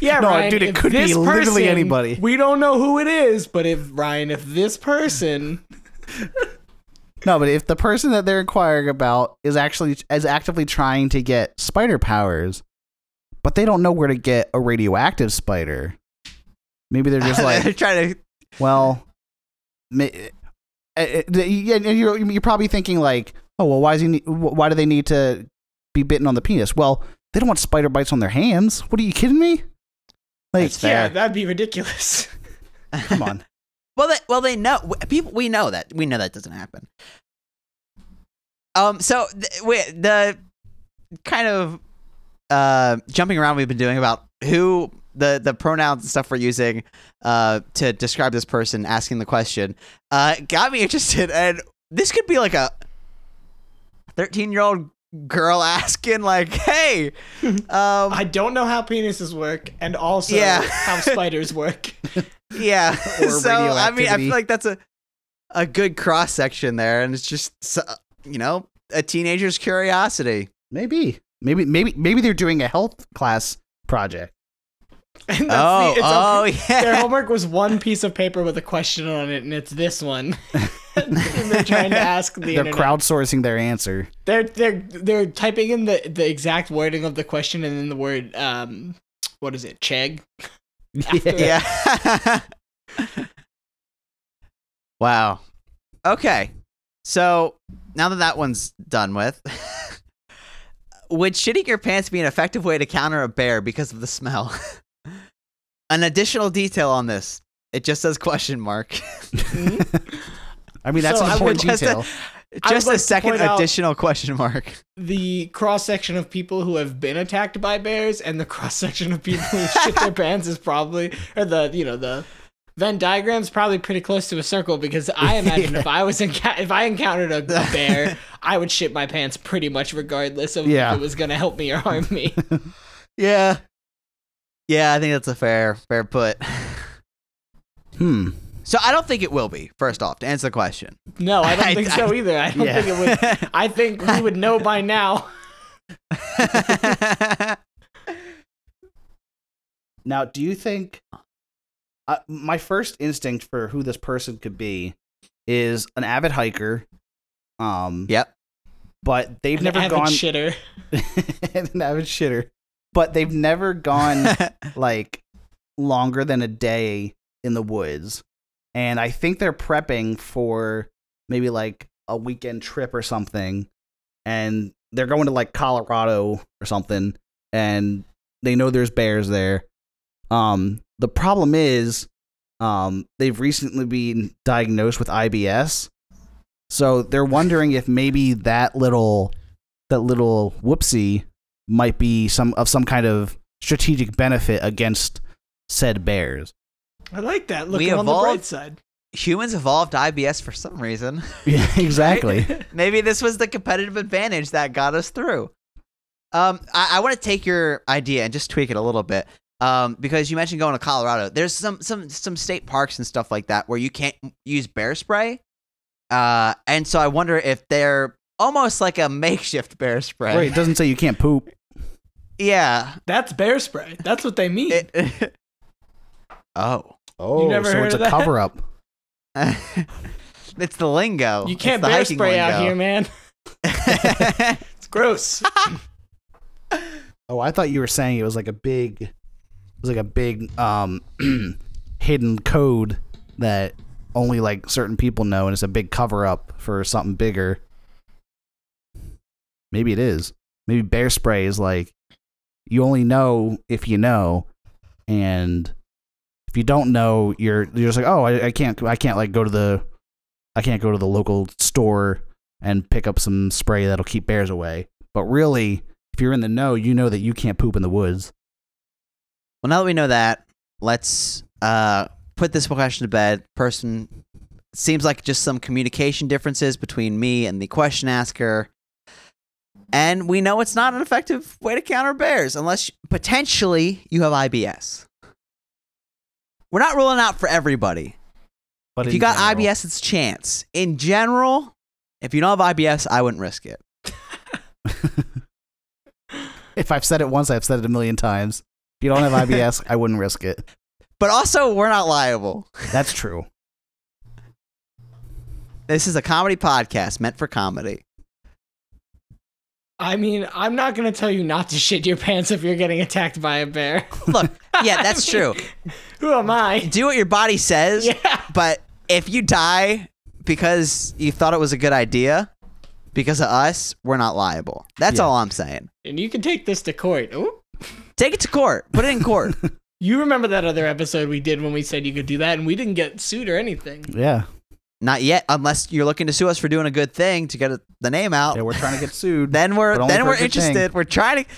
S1: yeah,
S3: No,
S1: Ryan,
S3: dude, it
S1: if
S3: could be
S1: this
S3: literally
S1: person-
S3: anybody.
S1: We don't know who it is, but if Ryan, if this person,
S3: no but if the person that they're inquiring about is actually is actively trying to get spider powers but they don't know where to get a radioactive spider maybe they're just like
S2: They're trying to.
S3: Well, ma- uh, uh, yeah, and you're you're probably thinking like, oh well, why is he? ne- wh- Why do they need to be bitten on the penis? Well, they don't want spider bites on their hands. What are you kidding me? Like,
S2: That's
S1: yeah,
S2: fair.
S1: that'd be ridiculous.
S3: come on.
S2: Well, they, well, they know w- people. We know that we know that doesn't happen. Um. So th- wi- the kind of uh jumping around we've been doing about who the the pronouns and stuff we're using uh to describe this person asking the question uh got me interested, and this could be like a thirteen year old girl asking like, "Hey, um,
S1: I don't know how penises work, and also
S2: Yeah.
S1: how spiders work.
S2: Yeah.
S3: Or
S2: so I mean, I
S3: radioactivity.
S2: feel like that's a a good cross section there, and it's just so- you know a teenager's curiosity.
S3: Maybe, maybe, maybe, maybe they're doing a health class project.
S1: And
S2: oh,
S1: it's
S2: oh
S1: okay. Their
S2: yeah.
S1: homework was one piece of paper with a question on it, and it's this one. and they're trying to ask the
S3: they're
S1: internet.
S3: crowdsourcing their answer.
S1: They're they're they're typing in the the exact wording of the question and then the word um what is it cheg After-
S2: yeah. wow. Okay. So now that that one's done with, would shitting your pants be an effective way to counter a bear because of the smell? an additional detail on this. It just says question mark.
S3: I mean, that's
S1: So I would
S3: an
S1: uh,
S3: important
S2: just-
S3: detail.
S1: I
S2: Just
S1: would like
S2: a
S1: to
S2: second
S1: point out-
S2: additional question mark.
S1: the cross section of people who have been attacked by bears and the cross section of people who shit their pants is probably or the you know the Venn diagram's probably pretty close to a circle because I imagine if I was enca- if I encountered a, a bear, I would shit my pants pretty much regardless of
S3: Yeah.
S1: if it was gonna help me or harm me.
S2: Yeah. Yeah, I think that's a fair fair put.
S3: Hmm.
S2: So I don't think it will be, first off, to answer the question.
S1: No, I don't
S2: I-
S1: think
S2: I-
S1: so either. I don't
S3: Yeah.
S1: think it would. I think we would know by now.
S3: Now, do you think uh, my first instinct for who this person could be is an avid hiker? Um,
S2: yep.
S3: but they've
S1: Never
S3: never
S1: have a
S3: gone
S1: shitter.
S3: and an avid shitter. But they've never gone like longer than a day in the woods, and I think they're prepping for maybe like a weekend trip or something, and they're going to like Colorado or something, and they know there's bears there. Um, the problem is, um, they've recently been diagnosed with IBS, so they're wondering if maybe that little that little whoopsie might be some of some kind of strategic benefit against said bears.
S1: I like that.
S2: We
S1: Looking on the
S2: evolved
S1: bright side.
S2: Humans evolved IBS for some reason.
S3: Yeah, exactly.
S2: Maybe this was the competitive advantage that got us through. Um, I, I want to take your idea and just tweak it a little bit. Um, because you mentioned going to Colorado. There's some some some state parks and stuff like that where you can't use bear spray. Uh, and so I wonder if they're almost like a makeshift bear spray.
S3: Right, it doesn't say you can't poop.
S2: Yeah.
S1: That's bear spray. That's what they mean.
S2: It- oh.
S3: Oh,
S1: never
S3: so
S1: heard
S3: it's
S1: of
S3: a
S1: that?
S3: cover up.
S2: it's the lingo.
S1: You
S2: It's
S1: can't
S2: the
S1: bear
S2: hiking
S1: spray out here,
S2: lingo.
S1: man. It's gross.
S3: Oh, I thought you were saying it was like a big, it was like a big um, hidden code that only like certain people know, and it's a big cover up for something bigger. Maybe it is. Maybe bear spray is like you only know if you know, and if you don't know, you're you're just like, oh, I, I can't, I can't like go to the, I can't go to the local store and pick up some spray that'll keep bears away. But really, if you're in the know, you know that you can't poop in the woods.
S2: well, now that we know that, let's uh, put this question to bed. Person seems like just some communication differences between me and the question asker. And we know it's not an effective way to counter bears unless potentially you have IBS. We're not ruling out for everybody.
S3: But
S2: if you got IBS, it's chance. In general, if you don't have IBS, I wouldn't risk it.
S3: if I've said it once, I've said it a million times. If you don't have IBS, I wouldn't risk it.
S2: But also, we're not liable.
S3: That's true.
S2: This is a comedy podcast meant for comedy.
S1: I mean, I'm not gonna tell you not to shit your pants if you're getting attacked by a bear.
S2: Look, yeah, that's
S1: I mean-
S2: true.
S1: Who am I?
S2: Do what your body says,
S1: Yeah.
S2: but if you die because you thought it was a good idea, because of us, we're not liable. That's
S3: Yeah.
S2: all I'm saying.
S1: And you can take this to court. Ooh.
S2: Take it to court. Put it in court.
S1: You remember that other episode we did when we said you could do that and we didn't get sued or anything.
S3: Yeah.
S2: not yet, unless you're looking to sue us for doing a good thing to get a, the name out.
S3: Yeah, we're trying to get sued.
S2: then
S3: But
S2: we're
S3: only
S2: then
S3: for a
S2: we're
S3: good thing.
S2: interested. We're trying to.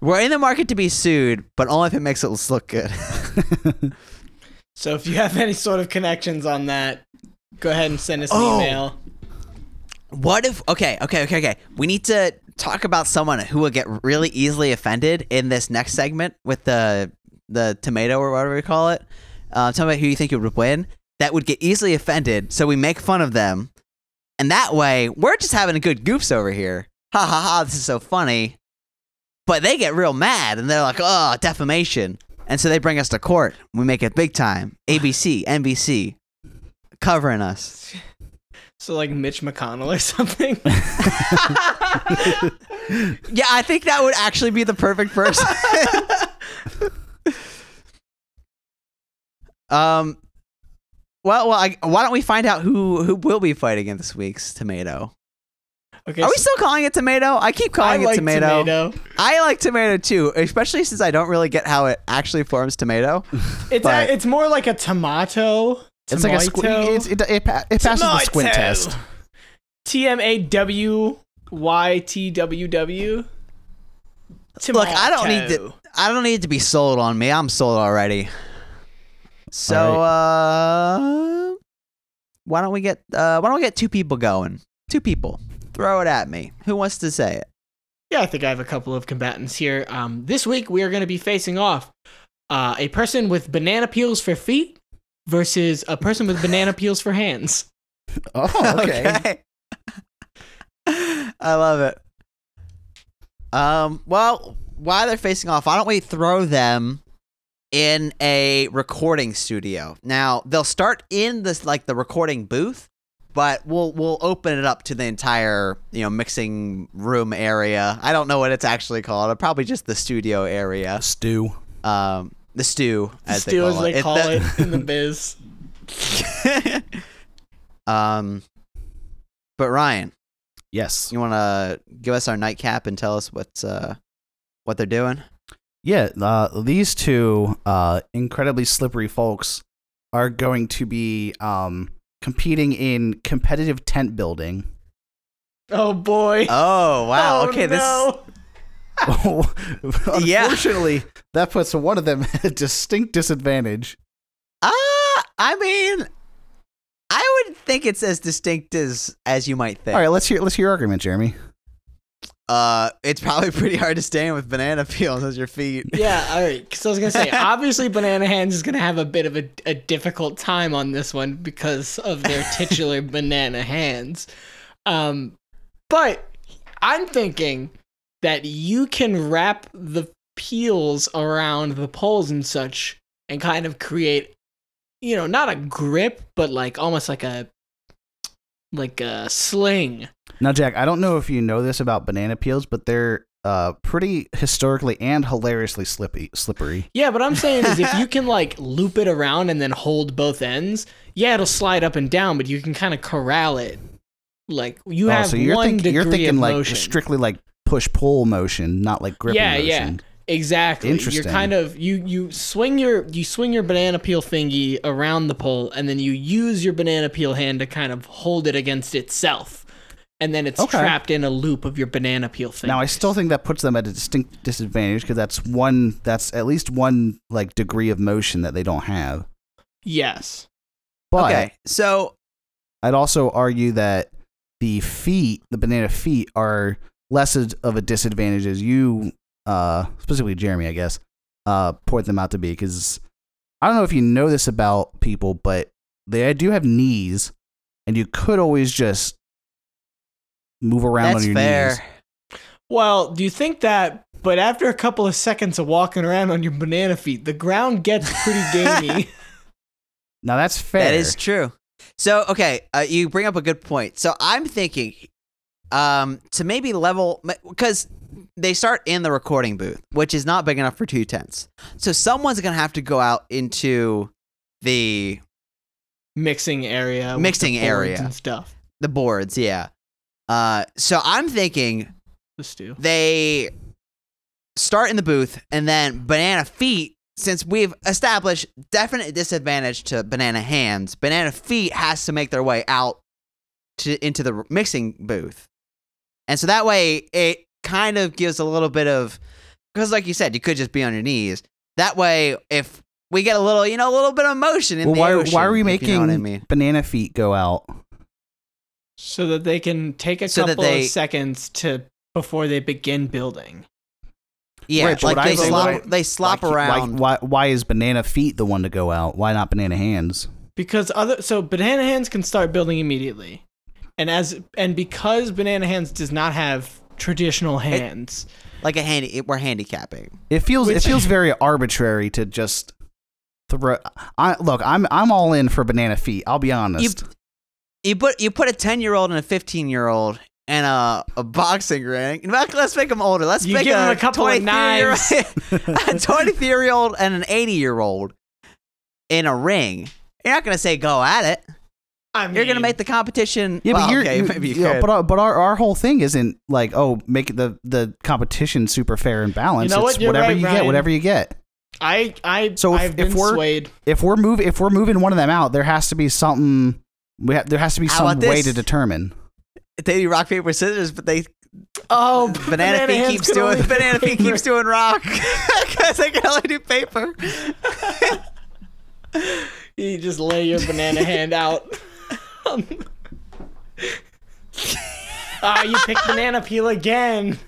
S2: We're in the market to be sued, but only if it makes us look good.
S1: So if you have any sort of connections on that, go ahead and send us an
S2: Oh.
S1: email.
S2: what if? Okay, okay, okay, okay. We need to talk about someone who will get really easily offended in this next segment with the the tomato or whatever we call it. Uh, tell me who you think would win. That would get easily offended, so we make fun of them, and that way we're just having a good goofs over here. Ha ha ha! This is so funny. But they get real mad and they're like, oh, defamation. And so they bring us to court. We make it big time. ABC, NBC, covering us.
S1: So like Mitch McConnell or something.
S2: Yeah, I think that would actually be the perfect person. um, well, well, I, why don't we find out who who will be fighting in this week's tomato?
S1: Okay.
S2: Are we
S1: so
S2: still calling it tomato? I keep
S1: I
S2: calling it
S1: like
S2: tomato. I like tomato too, especially since I don't really get how it actually forms tomato.
S1: It's
S2: But-
S1: a, it's more like a tomato.
S3: it's like a
S1: tomato.
S3: squint. It, it, it, pa- it passes the
S1: Tomato.
S3: squint test.
S1: T M A W Y T W W.
S2: Look, I don't need to.
S1: Tomato.
S2: I don't need to be sold on me. I'm sold already. So, uh, why don't we get uh, why don't we get two people going? Two people. Throw it at me. Who wants to say it?
S1: Yeah, I think I have a couple of combatants here. Um, this week we are going to be facing off uh, a person with banana peels for feet versus a person with banana peels for hands.
S3: Oh, okay.
S2: Okay. I love it. Um. Well, while they're facing off, why don't we throw them in a recording studio? Now they'll start in this like the recording booth, but we'll we'll open it up to the entire you know mixing room area. I don't know what it's actually called. Probably just the studio area.
S3: Stew.
S2: Um. The stew, as
S1: Still,
S2: they
S1: as
S2: call
S1: they
S2: it.
S1: call
S2: the-
S1: it in the biz.
S2: um. But Ryan,
S3: Yes.
S2: you want to give us our nightcap and tell us what's uh what they're doing?
S3: Yeah, uh, these two uh, incredibly slippery folks are going to be um, competing in competitive tent building.
S1: Oh boy.
S2: Oh wow!
S1: Oh,
S2: okay,
S1: no.
S2: Yeah.
S3: Unfortunately, that puts one of them at a distinct disadvantage.
S2: this. Ah, I mean, I would think it's as distinct as as you might think.
S3: All right, let's hear let's hear your argument, Jeremy.
S2: Uh, it's probably pretty hard to stand with banana peels as your feet.
S1: Yeah, all right. Because I was gonna say, obviously, Banana Hands is gonna have a bit of a, a difficult time on this one because of their titular Banana Hands. Um, but I'm thinking that you can wrap the peels around the poles and such, and kind of create you know, not a grip, but like almost like a like a sling.
S3: Now, Jack, I don't know if you know this about banana peels, but they're uh, pretty historically and hilariously slippy, slippery.
S1: Yeah, but I'm saying is if you can like loop it around and then hold both ends, yeah, it'll slide up and down, but you can kind of corral it. Like you
S3: oh,
S1: have
S3: so you're
S1: one
S3: thinking
S1: degree
S3: you're thinking
S1: of
S3: like
S1: motion.
S3: strictly like push pull motion, not like gripping
S1: Yeah, yeah.
S3: motion.
S1: Exactly.
S3: Interesting.
S1: You're kind of you you swing your you swing your banana peel thingy around the pole and then you use your banana peel hand to kind of hold it against itself. And then it's
S3: Okay.
S1: trapped in a loop of your banana peel thing.
S3: Now, I still think that puts them at a distinct disadvantage because that's one that's at least one like degree of motion that they don't have.
S1: Yes.
S3: But
S2: okay, so
S3: I'd also argue that the feet, the banana feet, are less of of a disadvantage as you, uh, specifically Jeremy, I guess, uh, point them out to be. Because I don't know if you know this about people, but they do have knees, and you could always just move around
S2: that's
S3: on your
S2: fair.
S3: knees.
S1: Well, do you think that but after a couple of seconds of walking around on your banana feet, the ground gets pretty gamey.
S3: Now that's fair.
S2: That is true. So okay, uh, you bring up a good point. So I'm thinking, um, to maybe level because they start in the recording booth, which is not big enough for two tents. So someone's gonna have to go out into the
S1: Mixing area. with the
S2: Mixing
S1: boards
S2: area.
S1: and stuff.
S2: the boards. Yeah. Uh, so I'm thinking
S1: This too.
S2: they start in the booth and then banana feet since we've established definite disadvantage to banana hands banana feet has to make their way out to into the mixing booth and so that way it kind of gives a little bit of because like you said you could just be on your knees that way if we get a little you know a little bit of motion in
S3: Well,
S2: the
S3: why,
S2: ocean,
S3: why are we
S2: if you know
S3: making
S2: what I mean.
S3: banana feet go out?
S1: So that they can take a
S2: So that
S1: couple
S2: they-
S1: of seconds to before they begin building.
S2: yeah
S3: Right, but
S2: like
S3: what
S2: they
S3: I think-
S2: slop,
S3: what-
S2: they slop
S3: Like,
S2: around
S3: Like, why, why is banana feet the one to go out? Why not banana hands?
S1: because other so banana hands can start building immediately and as and because banana hands does not have traditional hands
S2: like a handy we're handicapping
S3: It feels it
S1: Which-
S3: feels very arbitrary to just throw. I look, I'm I'm all in for banana feet. I'll be honest.
S2: you put you put a ten year old and a fifteen year old in a, a boxing ring. In fact, let's make them older. Let's
S1: You
S2: make
S1: give
S2: a,
S1: 'em a couple of
S2: 23-year-old a twenty three year old and an eighty year old in a ring. You're not gonna say go at it.
S1: I mean,
S2: You're gonna make the competition.
S3: yeah,
S2: well,
S3: but you're,
S2: okay,
S3: you-
S2: maybe you
S3: you know,
S2: could.
S3: but our, but our, our whole thing isn't like oh make the the competition super fair and balanced.
S1: You know
S3: it's
S1: what? You're
S3: whatever
S1: right,
S3: you get,
S1: Ryan.
S3: whatever you get.
S1: i i
S3: So if-
S1: i've been
S3: if we're-
S1: swayed
S3: If we're move if we're moving one of them out, there has to be something. We ha- there has to be
S2: How
S3: some
S2: about
S3: way
S2: this?
S3: to determine.
S2: they do rock paper scissors, but they
S1: oh
S2: banana, feet keeps doing banana feet keeps doing rock because they can only do paper.
S1: you just lay your banana hand out ah you picked banana peel again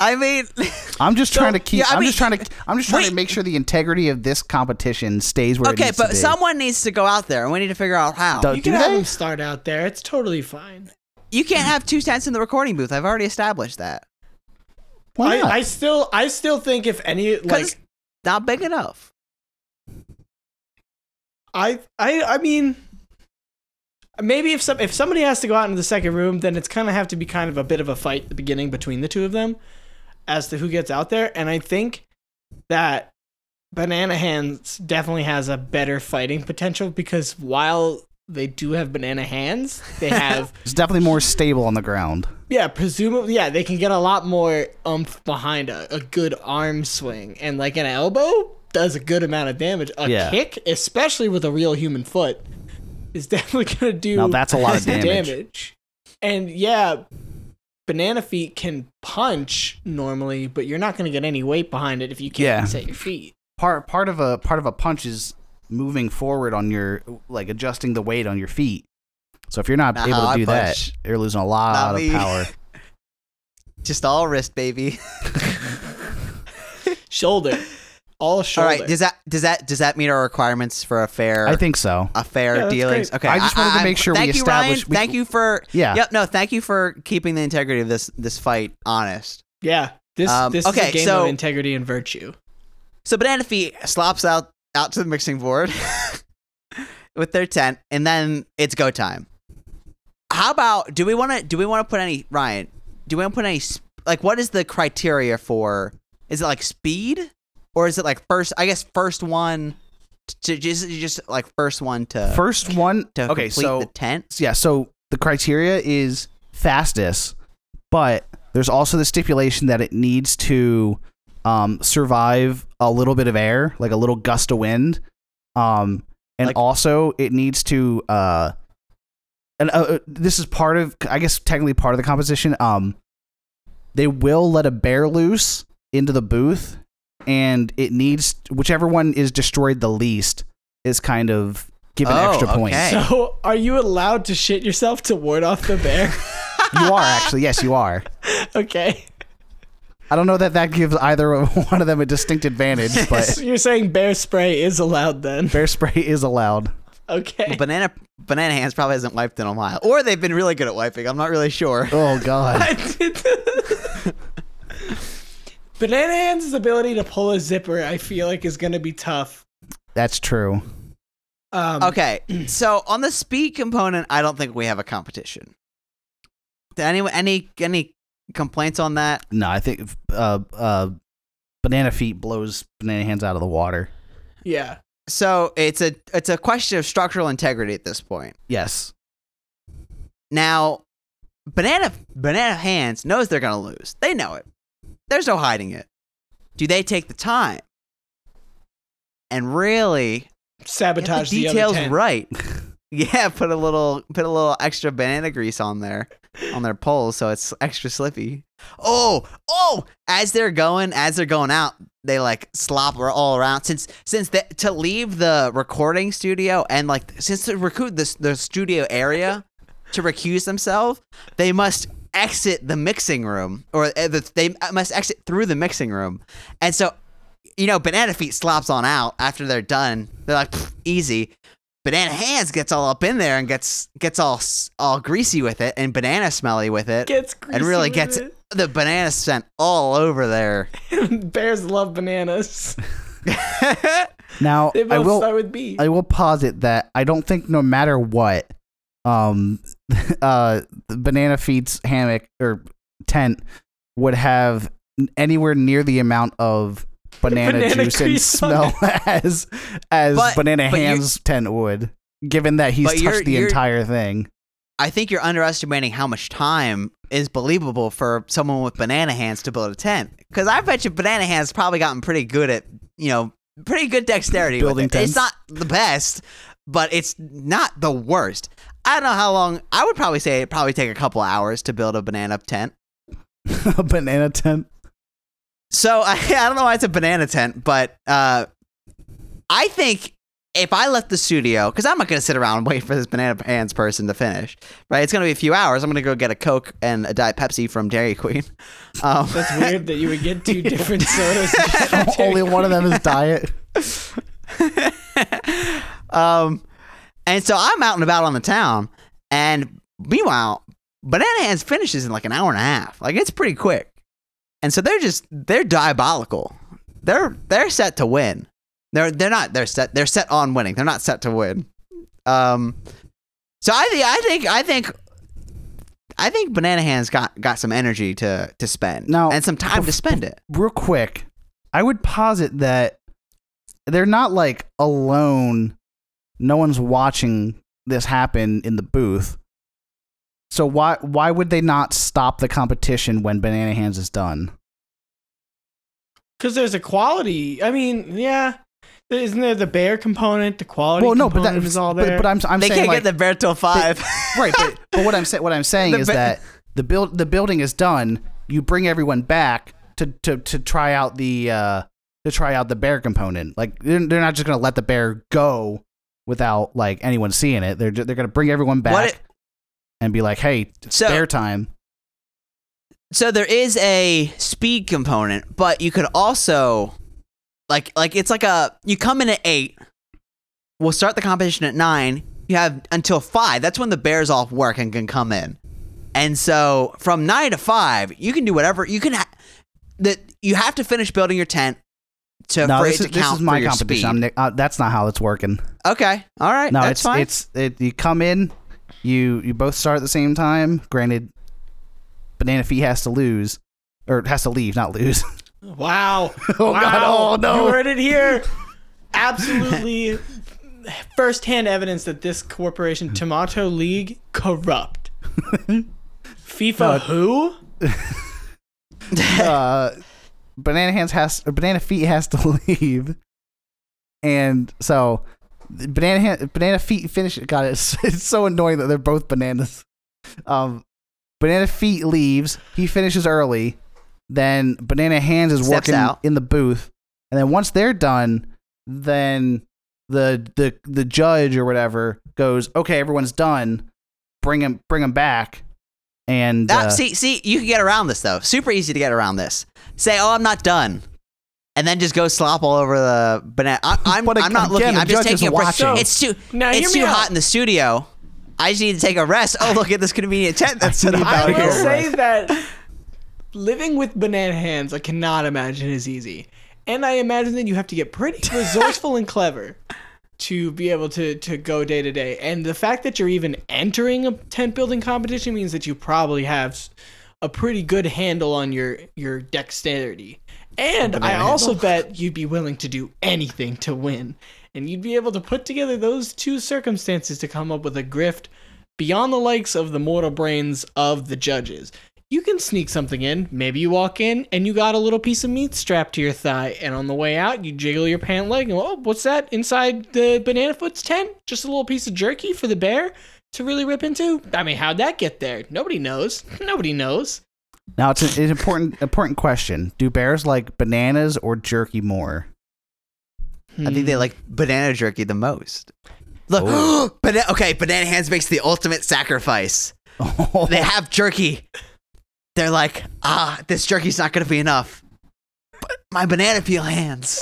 S2: I mean,
S3: I'm just trying to keep.
S2: yeah, I
S3: I'm
S2: mean-
S3: just trying to. I'm just trying
S2: Wait.
S3: to make sure the integrity of this competition stays where it
S2: okay,
S3: needs to
S2: but
S3: be.
S2: someone needs to go out there, and we need to figure out how.
S3: Don't
S1: you
S3: do
S1: can have
S3: they?
S1: them start out there it's totally fine
S2: You can't have two tents in the recording booth. I've already established that.
S3: Why
S1: I,
S3: not?
S1: I still i still think if any
S2: Because
S1: like
S2: it's not big enough.
S1: I I I mean maybe if some if somebody has to go out into the second room, then it's kind of have to be kind of a bit of a fight at the beginning between the two of them as to who gets out there. And I think that Banana Hands definitely has a better fighting potential because while they do have banana hands, they have
S3: It's definitely more stable on the ground.
S1: yeah, presumably yeah, they can get a lot more umph behind a, a good arm swing and like an elbow does a good amount of damage. A
S3: Yeah.
S1: kick, especially with a real human foot, is definitely gonna do
S3: Now that's a lot of
S1: the
S3: damage.
S1: damage. And yeah, banana feet can punch normally, but you're not gonna get any weight behind it if you can't
S3: Yeah.
S1: set your feet.
S3: Part part of a part of a punch is moving forward on your like adjusting the weight on your feet. So if you're not
S2: Nah,
S3: able to
S2: I
S3: do that,
S2: punch.
S3: you're losing a lot
S2: Not
S3: of
S2: me.
S3: power.
S2: Just all wrist, baby.
S1: Shoulder. All
S2: all
S1: shoulder.
S2: right. Does that does that does that meet our requirements for a fair
S3: I think so.
S2: a fair
S1: Yeah, that's
S2: dealings?
S1: great.
S2: Okay.
S3: I just wanted to
S2: I'm-
S3: make sure we
S2: thank you,
S3: established-
S2: Ryan.
S3: we-
S2: thank you for
S3: Yeah.
S2: Yep. No. Thank you for keeping the integrity of this this fight honest.
S1: yeah. This
S2: Um,
S1: this is
S2: okay,
S1: a game
S2: so-
S1: of integrity and virtue.
S2: So Banana Feet slops out out to the mixing board with their tent, and then it's go time. How about do we want to do we want to put any Ryan? Do we want to put any sp- like what is the criteria for? Is it like speed or is it like first? I guess first one to just just like first one to
S3: First one.
S2: to
S3: okay,
S2: complete
S3: so
S2: the tent.
S3: yeah, so the criteria is fastest, but there's also the stipulation that it needs to um, survive a little bit of air, like a little gust of wind, um, and
S2: Like-
S3: also it needs to. Uh, and uh, uh, this is part of, I guess, technically part of the composition. Um, they will let a bear loose into the booth, and it needs whichever one is destroyed the least is kind of given
S2: Oh,
S3: extra points.
S2: okay.
S1: So, are you allowed to shit yourself to ward off the bear?
S3: You are actually, yes, you are.
S1: okay.
S3: I don't know that that gives either one of them a distinct advantage, but
S1: So you're saying bear spray is allowed then?
S3: bear spray is allowed.
S1: Okay.
S2: Banana Banana Hands probably hasn't wiped in a while, or they've been really good at wiping. I'm not really sure.
S3: Oh god.
S1: Banana Hand's ability to pull a zipper, I feel like, is going to be tough.
S3: That's true.
S1: Um,
S2: Okay, so on the speed component, I don't think we have a competition. Do any any any complaints on that?
S3: No, I think uh uh banana feet blows banana hands out of the water.
S1: Yeah.
S2: So it's a it's a question of structural integrity at this point.
S3: Yes.
S2: Now, banana banana hands knows they're gonna lose. They know it. There's no hiding it. Do they take the time and really
S1: Sabotage
S2: get the
S1: the,
S2: details
S1: other 10.
S2: right? yeah, put a little put a little extra banana grease on there on their poles so it's extra slippy. Oh, oh! As they're going, as they're going out, they like slop ar- all around. Since since the, to leave the recording studio and like since to recruit this the studio area to recuse themselves, they must exit the mixing room or uh, the, they must exit through the mixing room. And so, you know, Banana Feet slops on out after they're done. They're like "Pfft, easy. Banana Hands gets all up in there and gets gets all s- all greasy with it and banana smelly with it
S1: Gets
S2: and really
S1: greasy
S2: gets
S1: with
S2: the banana scent all over there.
S1: it. Bears love bananas.
S3: Now
S1: They both
S3: I will
S1: start with B.
S3: I will posit that I don't think no matter what um uh the banana feet's hammock or tent would have anywhere near the amount of banana,
S1: Banana
S3: juice and
S1: grease on
S3: smell as as
S2: But-
S3: banana
S2: but you-
S3: hands tent would given that he's
S2: But you're-
S3: touched the
S2: you're-
S3: entire thing
S2: I think you're underestimating how much time is believable for someone with banana hands to build a tent. Because I bet you banana hands probably gotten pretty good at you know pretty good dexterity
S3: Building
S2: with it.
S3: tents.
S2: It's not the best, but it's not the worst. I don't know how long. I would probably say it probably take a couple hours to build a banana tent.
S3: a banana tent
S2: So I, I don't know why it's a banana tent, but uh, I think if I left the studio, because I'm not going to sit around and wait for this banana hands person to finish, right? It's going to be a few hours. I'm going to go get a Coke and a Diet Pepsi from Dairy Queen. Um,
S1: That's weird that you would get two different sodas.
S3: only one of them is diet
S2: um, and so I'm out and about on the town, and meanwhile, Banana Hands finishes in like an hour and a half. Like it's pretty quick, and so they're just they're diabolical. They're they're set to win. They're they're not they're set they're set on winning. They're not set to win. Um, so I think I think I think. I think Banana Hands got, got some energy to, to spend
S3: Now-
S2: and some time to spend it.
S3: real quick, I would posit that they're not like alone. No one's watching this happen in the booth. So why why would they not stop the competition when Banana Hands is done?
S1: Because there's a quality. I mean, yeah. Isn't there the bear component, the quality
S3: well, no, but
S1: component
S3: that
S1: is all there?
S3: But, but I'm I'm
S2: They
S3: saying
S2: can't
S3: like,
S2: get the Verto 5.
S3: right. But, but what I'm saying what I'm saying
S2: The
S3: is
S2: ba-
S3: that the build the building is done. You bring everyone back to to to try out the uh, to try out the bear component. Like they're, they're not just gonna let the bear go without like anyone seeing it. They're ju- they're gonna bring everyone back
S2: What-
S3: and be like, hey, it's
S2: So-
S3: bear time.
S2: so there is a speed component, but you could also like like it's like a you come in at eight. We'll start the competition at nine. You have until five. That's when the bears off work and can come in. And so from nine to five, you can do whatever you can. Ha- that you have to finish building your tent to
S3: no,
S2: for
S3: this
S2: it
S3: is,
S2: to
S3: this
S2: count
S3: is my
S2: for your
S3: competition.
S2: speed.
S3: I'm Nick. Uh, that's not how it's working.
S2: okay, all right,
S3: No,
S2: that's
S3: it's
S2: fine.
S3: it's it, you come in, you you both start at the same time. Granted, Banana Fee has to lose or has to leave, not lose.
S1: Wow.
S3: Oh,
S1: wow.
S3: God. Oh, no.
S1: You heard it here. Absolutely firsthand evidence that this corporation, Tomato League, corrupt. FIFA who?
S3: uh, Banana Hands has or Banana Feet has to leave, and so Banana Hand, Banana Feet finish. God, it's it's so annoying that they're both bananas. Um, Banana Feet leaves. He finishes early. Then Banana Hands is
S2: Steps
S3: working
S2: out.
S3: in the booth, and then once they're done, then the the the judge or whatever goes, okay, everyone's done. Bring him, bring him back, and
S2: That-
S3: uh,
S2: see, see, you can get around this though. Super easy to get around this. Say, "Oh, I'm not done," and then just go slop all over the banana. I, I'm,
S3: But
S2: I'm not
S3: again,
S2: looking.
S3: the
S2: I'm just
S3: judge is
S2: taking a break.
S3: watching.
S2: It's too,
S1: Now, hear
S2: it's
S1: me
S2: too
S1: out.
S2: hot in the studio. I just need to take a rest. Oh, look at this convenient tent that's set up
S3: I
S1: I
S2: out
S3: Gotta
S1: will
S2: here.
S3: go.
S1: say that living with banana hands, I cannot imagine is easy. And I imagine that you have to get pretty resourceful and clever to be able to, to go day to day. And the fact that you're even entering a tent building competition means that you probably have s- a pretty good handle on your, your dexterity. And I also bet you'd be willing to do anything to win. And you'd be able to put together those two circumstances to come up with a grift beyond the likes of the mortal brains of the judges. You can sneak something in. Maybe you walk in and you got a little piece of meat strapped to your thigh, and on the way out, you jiggle your pant leg and, oh, what's that inside the banana foot's tent? Just a little piece of jerky for the bear to really rip into? I mean, how'd that get there? Nobody knows. Nobody knows.
S3: Now it's an, it's an important important question. Do bears like bananas or jerky more?
S2: I think they
S3: Hmm.
S2: like banana jerky the most.
S3: Oh.
S2: Look, bana- okay, Banana Hands makes the ultimate sacrifice.
S3: Oh,
S2: They have jerky. They're like, ah, this jerky's not going to be enough. But my banana peel hands.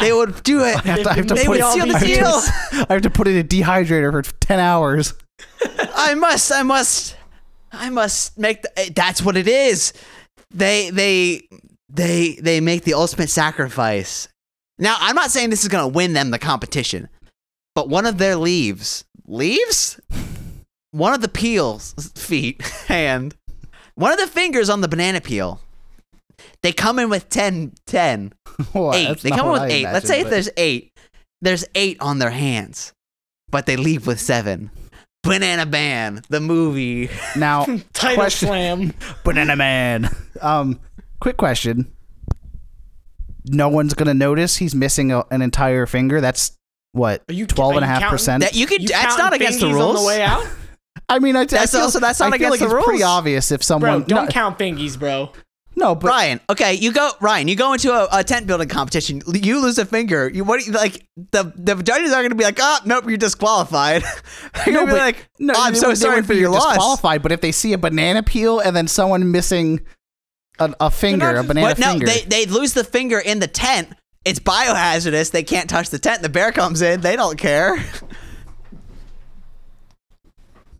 S2: they would do it.
S3: I have to, I have to
S2: They
S3: put
S2: would
S3: it,
S2: seal the
S3: I have to-
S2: deal.
S3: I have to put it in a dehydrator for ten hours.
S2: I must, I must, I must make. The, eh, that's what it is. They, they, they, they make the ultimate sacrifice. Now, I'm not saying this is going to win them the competition, but one of their leaves, leaves, one of the peels, feet, hand, one of the fingers on the banana peel. They come in with 10, 10
S3: Well,
S2: eight.
S3: that's
S2: They
S3: not
S2: come in
S3: what
S2: with
S3: I
S2: eight. Let's say
S3: imagined,
S2: if there's eight. There's eight on their hands, but they leave with seven. Banana Man, the movie.
S3: but- now
S1: Title
S3: question-
S1: slam.
S3: banana man. Um, quick question. No one's gonna notice he's missing a, an entire finger. That's what
S1: Are you-
S3: twelve and a
S1: are you
S3: half percent.
S2: That you could.
S1: You
S2: that's not
S1: counting
S2: against the
S1: fingies
S2: rules.
S1: On the way out?
S3: I mean, I,
S2: That's
S3: I feel,
S2: also- that's not
S3: I feel
S2: against
S3: like
S2: the
S3: it's pretty
S2: rules.
S3: obvious if someone
S1: Bro, don't
S3: no,
S1: count fingies, bro.
S3: no, but
S2: Ryan, okay, you go. Ryan, you go into a, a tent building competition. You lose a finger. You what? do you- Like the the judges are gonna be like, oh nope, you're disqualified. you're gonna be
S3: but-
S2: like, no, I'm
S3: "Ah, they
S2: so
S3: would- they
S2: sorry
S3: would
S2: for
S3: be
S2: your loss.
S3: Disqualified, but if they see a banana peel and then someone missing a, a finger, a
S1: just-
S3: banana
S2: But no,
S3: finger,
S2: they they lose the finger in the tent. It's biohazardous. They can't touch the tent. The bear comes in. They don't care.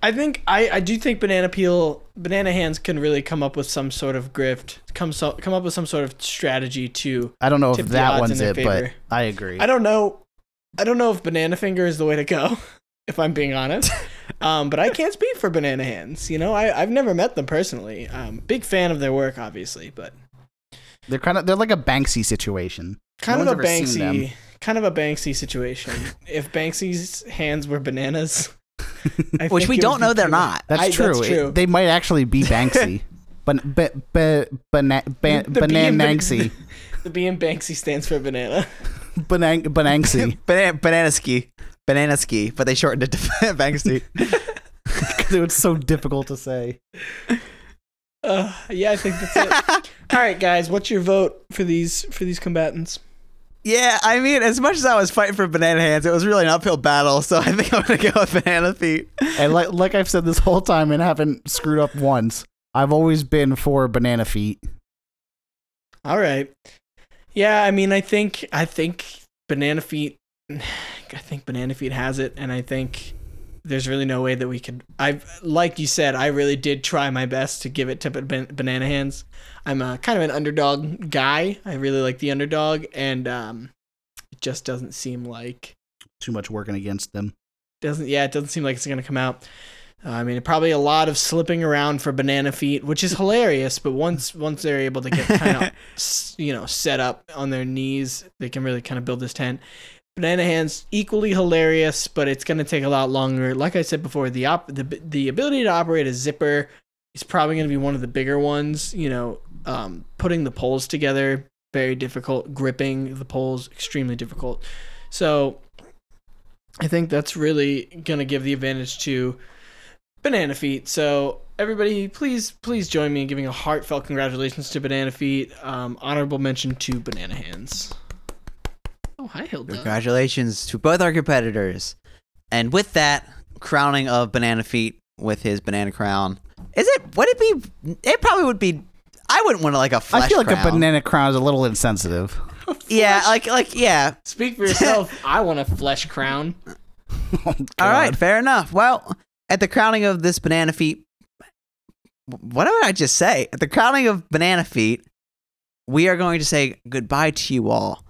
S1: I think I, I do think banana peel banana hands can really come up with some sort of grift, come so, come up with some sort of strategy to.
S3: I don't know if
S1: tip the
S3: that
S1: odds
S3: one's
S1: in
S3: it,
S1: their
S3: but
S1: favor.
S3: I agree.
S1: I don't know, I don't know if banana finger is the way to go, if I'm being honest. Um, but I can't speak for banana hands. You know, I I've never met them personally. Um, big fan of their work, obviously, but
S3: they're kind of they're like a Banksy situation.
S1: kind
S3: No
S1: of a
S3: one's ever seen
S1: Banksy, kind of a Banksy situation. if Banksy's hands were bananas, I
S2: Which
S1: think
S2: we
S1: it
S2: don't
S1: would be
S2: know they're
S1: pretty-
S2: not.
S3: That's
S1: I- that's
S3: true. It-
S1: true.
S3: they might actually be Banksy, but ba- ba- bana- ba-
S1: The B in
S3: banana
S1: ban-
S3: Banksy,
S1: The B in Banksy stands for banana.
S3: Banan- Bananksy.
S2: Banana, banana ski. Banana ski, but they shortened it to Banksy.
S3: Dude, it's so difficult to say.
S1: Uh, yeah, I think that's it. All right, guys, what's your vote for these for these combatants?
S2: yeah, I mean, as much as I was fighting for banana hands, it was really an uphill battle, so I think I'm going to go with banana feet.
S3: And like like I've said this whole time and haven't screwed up once. I've always been for banana feet.
S1: All right. Yeah, I mean, I think I think Banana Feet, I think Banana Feet has it, and I think there's really no way that we could. I like you said, I really did try my best to give it to ban- Banana Hands. I'm a kind of an underdog guy. I really like the underdog, and um, it just doesn't seem like
S3: Too much working against them.
S1: doesn't yeah it doesn't seem like it's gonna come out. Uh, I mean, probably a lot of slipping around for Banana Feet, which is hilarious. But once once they're able to get kind of s- you know set up on their knees they can really kind of build this tent banana hands equally hilarious but it's going to take a lot longer like i said before the op the, the ability to operate a zipper is probably going to be one of the bigger ones you know um, putting the poles together very difficult gripping the poles extremely difficult so i think that's really going to give the advantage to banana feet so everybody please please join me in giving a heartfelt congratulations to banana feet um, honorable mention to banana hands oh hi hilda
S2: Congratulations to both our competitors. And with that, crowning of Banana Feet with his banana crown. Is it, would it be, it probably would be, I wouldn't want to like a flesh
S3: I feel like a
S2: crown.
S3: banana crown is a little insensitive.
S2: Yeah, like, like, yeah.
S1: speak for yourself i want a flesh crown
S2: All right, fair enough. Well, at the crowning of this Banana Feet, what did I just say? At the crowning of Banana Feet, we are going to say goodbye to you all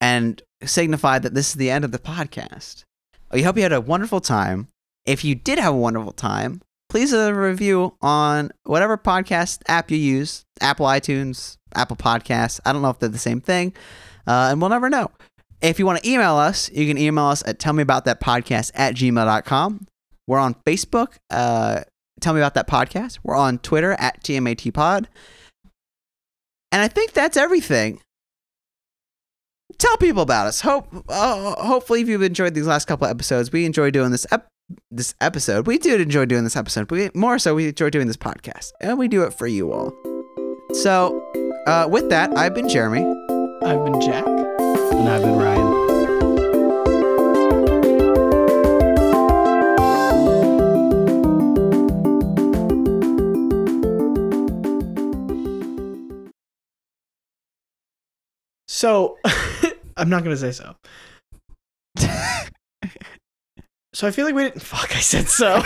S2: and signify that this is the end of the podcast. We hope you had a wonderful time. If you did have a wonderful time, please leave a review on whatever podcast app you use Apple iTunes, Apple Podcasts. I don't know if they're the same thing, uh, and we'll never know. If you want to email us, you can email us at tellmeaboutthatpodcast at gmail.com. We're on Facebook, uh, Tell Me About That Podcast. We're on Twitter at TMATpod. And I think that's everything. Tell people about us. Hope, uh, hopefully, if you've enjoyed these last couple of episodes, we enjoy doing this ep- this episode. We did enjoy doing this episode, but we, more so, we enjoy doing this podcast, and we do it for you all. So, uh, with that, I've been Jeremy.
S1: i've been jack
S3: And I've been Ryan.
S1: So I'm not gonna say so. so I feel like we didn't. Fuck, I said so.